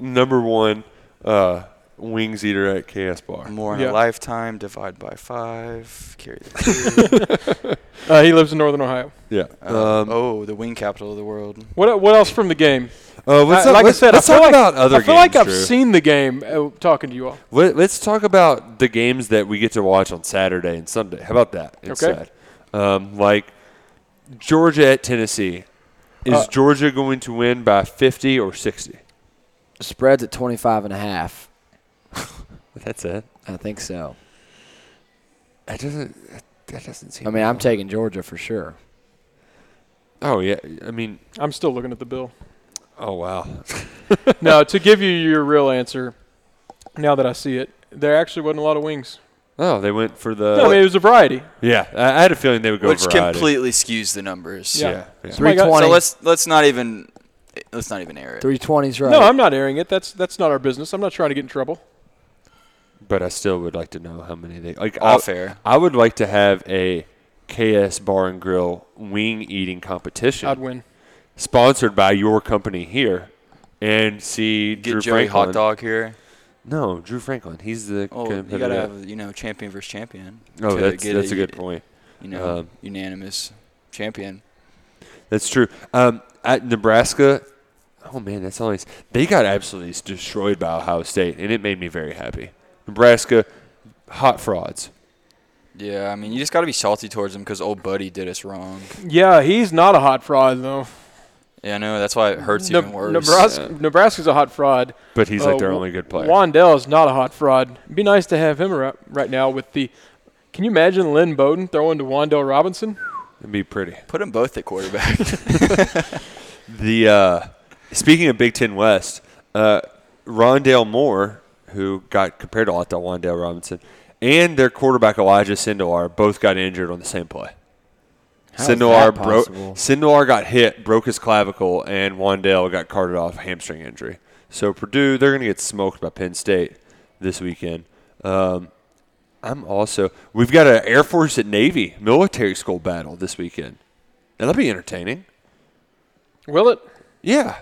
G: number one uh, wings eater at KS Bar.
E: More in
D: Yeah.
E: a lifetime. Divide by five. Carry
F: [laughs]
E: the
D: Uh, he lives in Northern Ohio.
G: Yeah.
E: Um,
G: Um,
E: oh, the wing capital of the world.
D: What what else from the game?
G: uh, let's
D: I-
G: not-
D: like
G: let's-
D: I said,
G: let's
D: I feel
G: talk
D: like,
G: about other
D: I feel like
G: games,
D: I've
G: Drew.
D: seen the game uh, talking to you all.
C: Let, let's talk about the games that we get to watch on Saturday and Sunday. How about that instead? Um, like Georgia at Tennessee. Is
D: Uh,
C: Georgia going to win by 50 or 60?
F: Spreads at 25 and a half.
C: That's it.
F: I think so.
C: That doesn't. That doesn't seem.
F: I mean, I'm taking Georgia for sure.
C: oh yeah. I mean.
D: I'm still looking at the bill.
C: Oh wow.
D: no, to give you your real answer, now that I see it, there actually wasn't a lot of wings.
C: Oh, they went for the.
D: No, I mean, it was a variety.
C: yeah, I, I had a feeling they would go
E: Which
C: variety.
E: completely skews the numbers.
D: Yeah.
C: Yeah. yeah.
D: my God.
F: 320.
E: So let's let's not even let's not even air it.
F: 320s right.
D: No, I'm not airing it. That's that's not our business. I'm not trying to get in trouble.
C: But I still would like to know how many they like.
E: All
C: I-
E: fair.
C: I would like to have a KS Bar and Grill wing eating competition
D: I'd win.
C: sponsored by your company here, and see
E: Get
C: Drew
E: Joey
C: Franklin.
E: hot dog here.
C: No, Drew Franklin. He's the
E: Oh, you
C: competitor.
E: gotta have you know champion versus champion.
C: oh,
E: to
C: that's
E: get
C: that's a good point.
E: You know,
C: Um,
E: unanimous champion.
C: That's true. Um, at Nebraska, oh man, that's always they got absolutely destroyed by Ohio State, and it made me very happy. Nebraska, hot frauds.
E: Yeah, I mean, you just got to be salty towards him because old buddy did us wrong.
D: Yeah, he's not a hot fraud though.
E: Yeah, I know. That's why it hurts
D: Ne-
E: even worse.
D: Nebraska, Nebraska's a hot fraud.
C: But he's like
D: Uh,
C: their
D: Wa-
C: only good player.
D: Wandell is not a hot fraud. Be nice to have him around right now with the. Can you imagine Lynn Bowden throwing to Wandell Robinson?
C: It'd be pretty.
E: Put them both
C: [laughs]
E: at quarterback.
C: The uh, speaking of Big Ten West, uh, Rondale Moore, who got compared a lot to Wandale Robinson, and their quarterback Elijah Sindelar both got injured on the same play.
F: How is
C: Sindelar
F: that
C: broke.
F: possible?
C: Sindelar got hit, broke his clavicle, and Wandale got carted off hamstring injury. So Purdue, they're going to get smoked by Penn State this weekend. Um, I'm also. We've got an Air Force at Navy military school battle this weekend. That'll be entertaining.
D: Will it?
C: Yeah.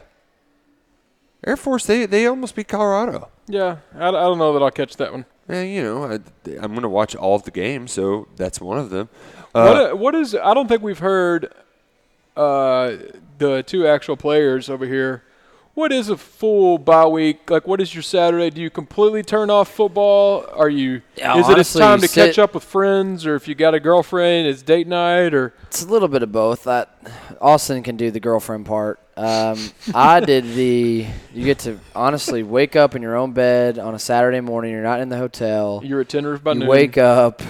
C: Air Force, they, they almost beat Colorado.
D: Yeah, I, I don't know that I'll catch that one.
C: And, you know, I, I'm going to watch all of the games, so that's one of them. Uh,
D: What, what is? I don't think we've heard uh, the two actual players over here. What is a full bye week? Like, what is your Saturday? Do you completely turn off football? Are you?
F: Yeah,
D: is it it's
F: honestly,
D: time to
F: sit-
D: catch up with friends, or if you got a girlfriend, it's date night, or
F: It's a little bit of both. I, Austin can do the girlfriend part. Um, I did the. You get to honestly wake up in your own bed on a Saturday morning. You're not in the hotel.
D: you're at Tenerife by
F: you
D: noon.
F: wake up,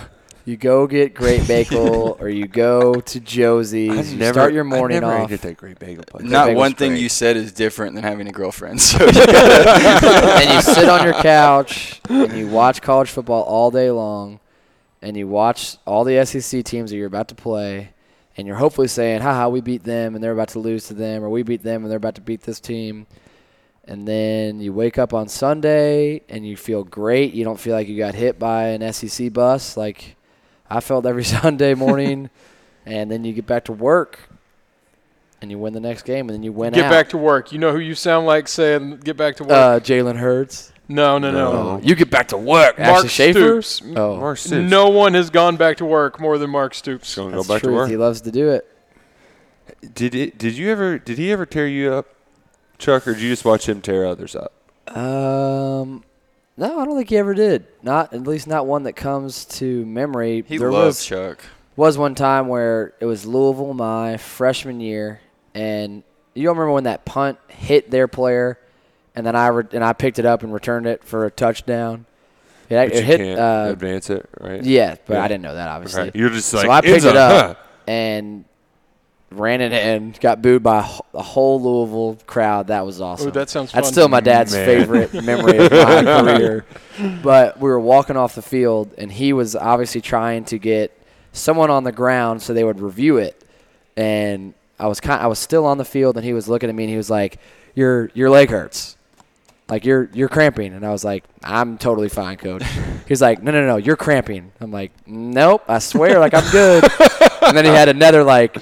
F: you go get Great Bagel, or you go to Josie's.
C: I
F: you
C: never,
F: start your
C: I
F: morning
C: never
F: off,
C: ate at that great bagel place.
E: Not
F: Bagel's
E: one thing
F: great.
E: you said is different than having a girlfriend. [laughs] So you-
F: and you sit on your couch and you watch college football all day long, and you watch all the SEC teams that you're about to play, and you're hopefully saying, "Haha, we beat them, and they're about to lose to them, or we beat them, and they're about to beat this team." And then you wake up on Sunday and you feel great. You don't feel like you got hit by an SEC bus like I felt every [laughs] Sunday morning. and then you get back to work and you win the next game and then you win
D: Get
F: out.
D: back to work. You know who you sound like saying, "Get back to work."
F: uh, Jalen Hurts.
D: no, no, no.
F: You get back to work.
D: Mark
F: Mark Schaefer.
D: Stoops.
F: Oh,
C: Mark Stoops.
D: No one has gone back to work more than Mark Stoops.
C: Going to go
F: that's
C: back
F: truth. He
C: to work.
F: loves to do it.
C: Did, it, did you ever, did he ever tear you up, Chuck, or did you just watch him tear others up?
F: Um, No, I don't think he ever did. Not at least not one that comes to memory.
E: He
F: There
E: loves
F: was-
E: Chuck.
F: was one time where it was Louisville my freshman year, and you don't remember when that punt hit their player, and then I re- and I picked it up and returned it for a touchdown. It,
C: But
F: it
C: you
F: hit.
C: can't
F: uh,
C: advance it, right?
F: yeah, but
C: Yeah.
F: I didn't know that obviously.
C: Right. You're just like,
F: so I
C: "End
F: picked it
C: zone, [laughs]
F: up
C: huh."
F: and ran it in. Got booed by a wh- a whole Louisville crowd. That was awesome.
D: Ooh, that sounds
F: That's
D: fun.
F: still my dad's
C: Man. [laughs]
F: favorite memory of my career. But we were walking off the field, and he was obviously trying to get someone on the ground so they would review it. And I was kind, I was still on the field, and he was looking at me, and he was like, "Your your leg hurts." like you're you're cramping and i was like i'm totally fine
E: [laughs]
F: coach he's like no no no you're cramping i'm like nope i swear like i'm good and then he had another like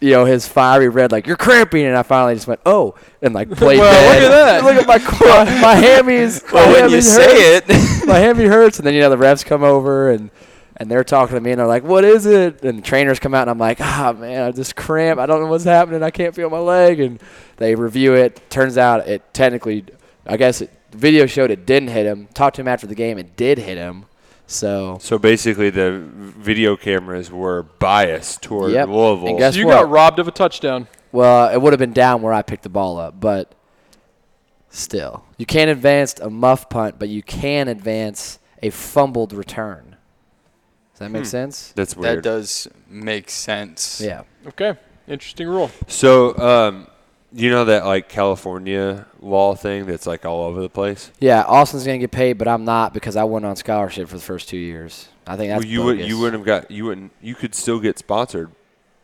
F: you know his fiery red like you're cramping and i finally just went oh and like played dead. look
E: [laughs]
F: at that look at my quad my hammies my
E: Well, when you
F: hammies
E: say
F: hurts.
E: it, [laughs]
F: my hammy hurts and then you know the refs come over and and they're talking to me and they're like what is it and the trainers come out and i'm like ah man i just cramp i don't know what's happening i can't feel my leg and they review it turns out it technically i guess it, video showed it didn't hit him talked to him after the game it did hit him so
C: So basically, the video cameras were biased toward
F: Yep.
C: Louisville.
F: And guess
D: you
F: what?
D: got robbed of a touchdown.
F: well it would have been down where i picked the ball up but still you can't advance a muff punt but you can advance a fumbled return does that make sense
C: That's weird.
E: that does make sense.
F: yeah
D: Okay, interesting rule.
C: So, um, you know that like California law thing that's like all over the place.
F: Yeah, Austin's gonna get paid, but I'm not because I went on scholarship for the first two years. I think that's
C: well, you would
F: bogus.
C: you wouldn't have got you wouldn't you could still get sponsored.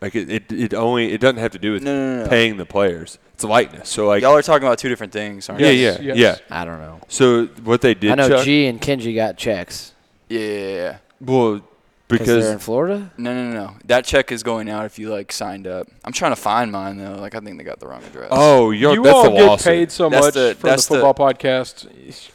C: Like it, it, it only it doesn't have to do with
E: No, no, no, no.
C: paying the players. It's likeness. So like
E: Y'all are talking about two different things, aren't
C: yeah
E: you?
C: yeah
D: Yes, yes.
C: yeah.
F: I don't know.
C: So what they did,
F: I know
C: Chuck,
F: G and Kenji got checks
E: Yeah, yeah, yeah.
C: well
F: because they're in
C: because
F: Florida.
E: No, no, no, no. That check is going out if you like signed up. I'm trying to find mine though. Like I think they got the wrong address.
C: oh you're,
D: you
C: that's
D: all
C: a
D: get
C: lawsuit.
D: paid so
E: That's
D: much
E: the-
D: from the
E: that's the-
D: football podcast.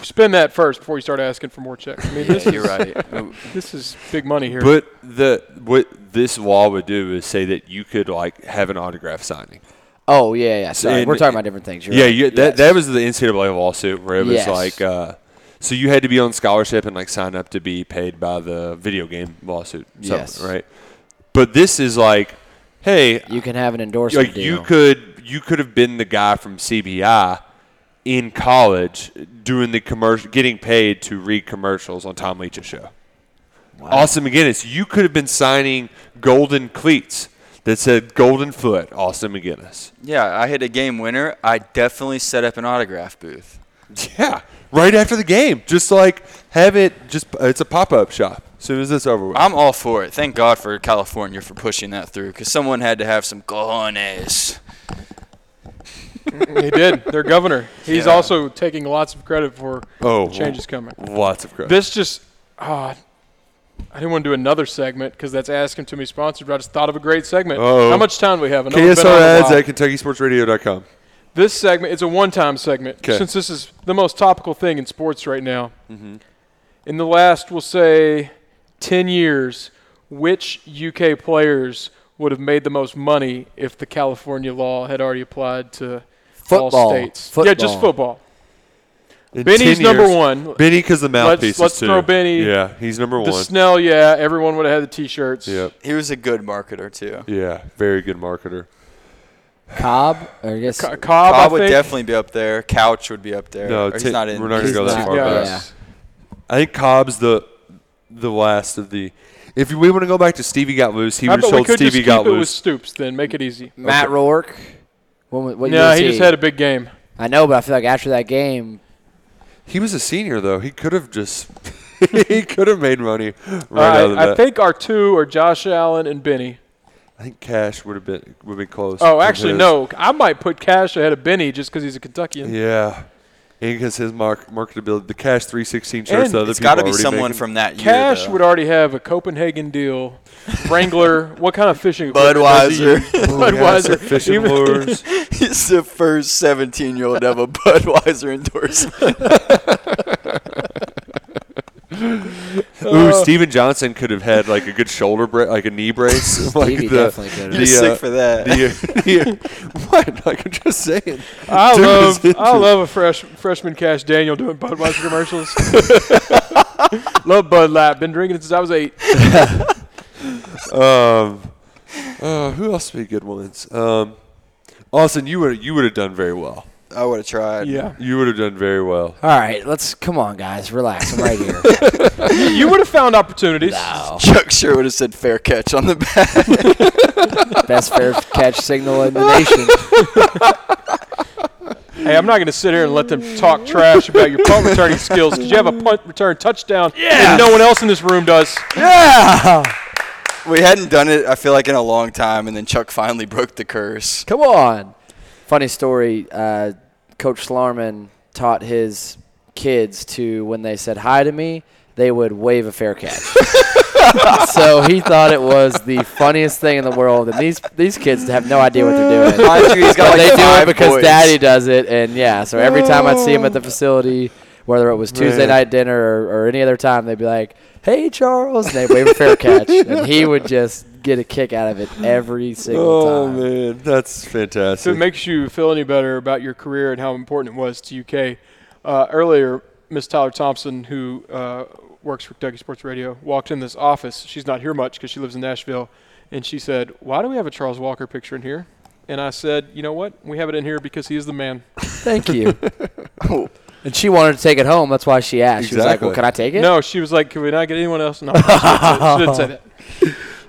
D: Spend that first before you start asking for more checks. [laughs] I mean, this
E: yeah, you're
D: is
E: right.
D: this is big money here.
C: But the what this law would do is say that you could like have an autograph signing.
F: Oh yeah, yeah. Sorry,
C: And-
F: we're talking about different things. You're
C: yeah,
F: right.
C: you, that that was the NCAA lawsuit where it was
F: Yes.
C: like, uh, so you had to be on scholarship and like sign up to be paid by the video game lawsuit. something,
F: Yes.
C: right. But this is like, hey,
F: you can have an endorsement
C: like
F: deal.
C: you could you could have been the guy from CBI in college doing the commercial, getting paid to read commercials on Tom Leach's show. Austin McGinnis, you could have been signing golden cleats that said "Golden Foot," Austin McGinnis.
E: yeah, I hit a game winner. I definitely set up an autograph booth.
C: Yeah, right after the game, just like have it. Just it's a pop up shop. As soon as it's over with.
E: I'm all for it. Thank God for California for pushing that through because someone had to have some cojones.
D: he did. Their
C: [laughs]
D: governor. He's
E: Yeah.
D: also taking lots of credit for
C: oh,
D: the changes coming.
C: Lots of credit.
D: This just, ah, I didn't want to do another segment because that's asking too many sponsors. But I just thought of a great segment.
C: Uh-oh.
D: How much time do we have? I know we've been on
C: KSR
D: a
C: ads
D: while.
C: at KentuckySportsRadio.com.
D: This segment, it's a one time segment
C: 'Kay.
D: since this is the most topical thing in sports right now.
C: Mm-hmm.
D: In the last, we'll say, 10 years, which UK players would have made the most money if the California law had already applied to all
F: Football.
D: states? Yeah,
F: Football.
D: just football.
C: In
D: Benny's
C: 10
D: number
C: years-
D: one.
C: Benny, because the mouthpiece
D: let's
C: is two.
D: throw Benny-
C: Yeah, he's number
D: The
C: one.
D: Snell, yeah, everyone would have had the t shirts.
C: Yep.
E: He was a good marketer too.
C: Yeah, very good marketer.
F: Cobb, or I guess
D: Cobb, I
E: Bob would
D: think.
E: definitely be up there. Couch would be up there.
C: No,
E: Or he's
C: Tit-
E: not in.
C: we're not gonna
E: he's
C: go that
E: not-
C: far
D: yeah.
C: back.
F: Yeah.
C: I think Cobb's the the last of the. If we want to go back to Stevie got loose, he
D: I
C: was
D: bet we
C: told
D: could just
C: Stevie
D: keep
C: got
D: it with
C: loose.
D: Stoops then. Make it easy.
F: Matt Rourke. When, wa- what year
D: No,
F: was
D: he just had a big game.
F: I know, but I feel like after that game,
C: He was a senior though. He could have just [laughs] he could have made money right
D: I-
C: out of
D: I
C: that.
D: think our two are Josh Allen and Benny.
C: I think Cash would have been would have been close.
D: Oh,
C: to
D: actually,
C: his.
D: no. I might put Cash ahead of Benny just because he's a Kentuckian.
C: Yeah, because his mark marketability, the Cash three sixteen
D: And
C: shirts. The other
E: It's got to
C: people
E: be
C: already
E: someone
C: making-
E: from that year.
D: Cash
E: though.
D: would already have a Copenhagen deal, Wrangler. [laughs] what kind of fishing? equipment does he [laughs]
E: Budweiser.
D: use?
E: [laughs]
C: Oh, yeah, some
D: Budweiser.
C: fishing
D: Even-
C: lures.
E: He's the first 17 year old to have
F: [laughs]
E: a [laughs] Budweiser endorsement.
C: [laughs] [laughs] Ooh, Steven Johnson could have had like a good shoulder break, like a knee [laughs] brace. like
F: Stevie definitely could have.
C: the,
E: You're sick
C: uh,
E: for
C: [laughs]
E: that.
C: the, the- what? [laughs] Like I'm just saying.
D: I
C: [laughs] Dude
D: love
C: is
D: I love a fresh freshman Cash Daniel doing Budweiser
C: [laughs]
D: commercials. love Bud Light. Been drinking it since I was eight.
C: Um, uh, who else would be good ones? Um, Austin, you would you would have done very well.
F: uh,
E: [laughs] I would have tried.
D: Yeah,
C: You would have done very well.
F: All right, let's come on, guys. Relax. I'm
C: [laughs]
F: right here.
D: you would have found opportunities.
F: Wow.
E: Chuck sure would have said fair catch on the back.
F: Best fair catch signal in the nation.
D: Hey, I'm not going to sit here and let them talk trash about your punt
C: [laughs]
D: returning skills because you have a punt return touchdown that no one else in this room does.
E: [laughs] we hadn't done it, I feel like, in a long time, and then Chuck finally broke the curse. [laughs]
F: Come on. Funny story. Uh, Coach Slarman taught his kids to when they said hi to me, they would wave a fair
E: [laughs]
F: catch. so he thought it was the funniest thing in the world, and these these kids have no idea what they're doing.
E: Mind you, he's got
F: But
E: [laughs] like
F: they do it
E: five
F: because
E: boys.
F: Daddy does it, and yeah. So every time I'd see him at the facility, whether it was Tuesday
C: Man.
F: night dinner or, or any other time, they'd be like, "Hey, Charles," and they'd wave a
E: [laughs]
F: fair catch, and he would just get a kick out of it every single
C: Oh
F: time.
C: man, that's
D: If it
C: fantastic.
D: makes you feel any better about your career and how important it was to UK, uh, earlier, Miss Tyler Thompson, who uh, works for Kentucky Sports Radio, walked in this office. She's not here much because she lives in Nashville. And she said, Why do we have a Charles Walker picture in here? And I said, You know what? We have it in here because he is the man.
F: Thank you. and she wanted to take it home. That's why she asked. She was like,
C: Exactly.
F: "Well, can I take it?"
D: No, she was like, Can we not get anyone else? No, she didn't say that.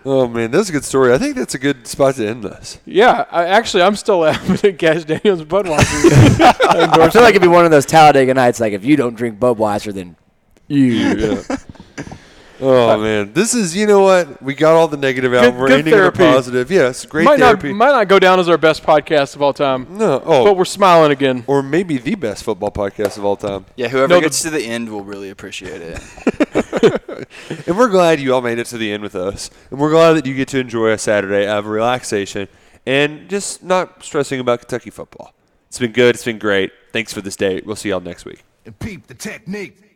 C: oh man, that's a good story. I think that's a good spot to end this.
D: Yeah, I, actually, I'm still laughing at Cash Daniels Budweiser.
F: [laughs] I feel like it'd be one of those Talladega nights. Like, if you don't drink Budweiser, then you.
C: Yeah. oh man, this is you know what we got all the negative out.
D: Uh, Good-
C: We're
D: good
C: ending on a
D: therapy.
C: positive. Yes, great
D: might not,
C: therapy.
D: might not go down as our best podcast of all time,
C: no, oh,
D: but we're smiling again.
C: or maybe the best football podcast of all time.
E: Yeah, whoever
D: No, the-
E: gets to the end will really appreciate it.
C: And we're glad you all made it to the end with us. And we're glad that you get to enjoy a Saturday of relaxation and just not stressing about Kentucky football. It's been good. It's been great. Thanks for this day. We'll see y'all next week.
H: and peep the technique.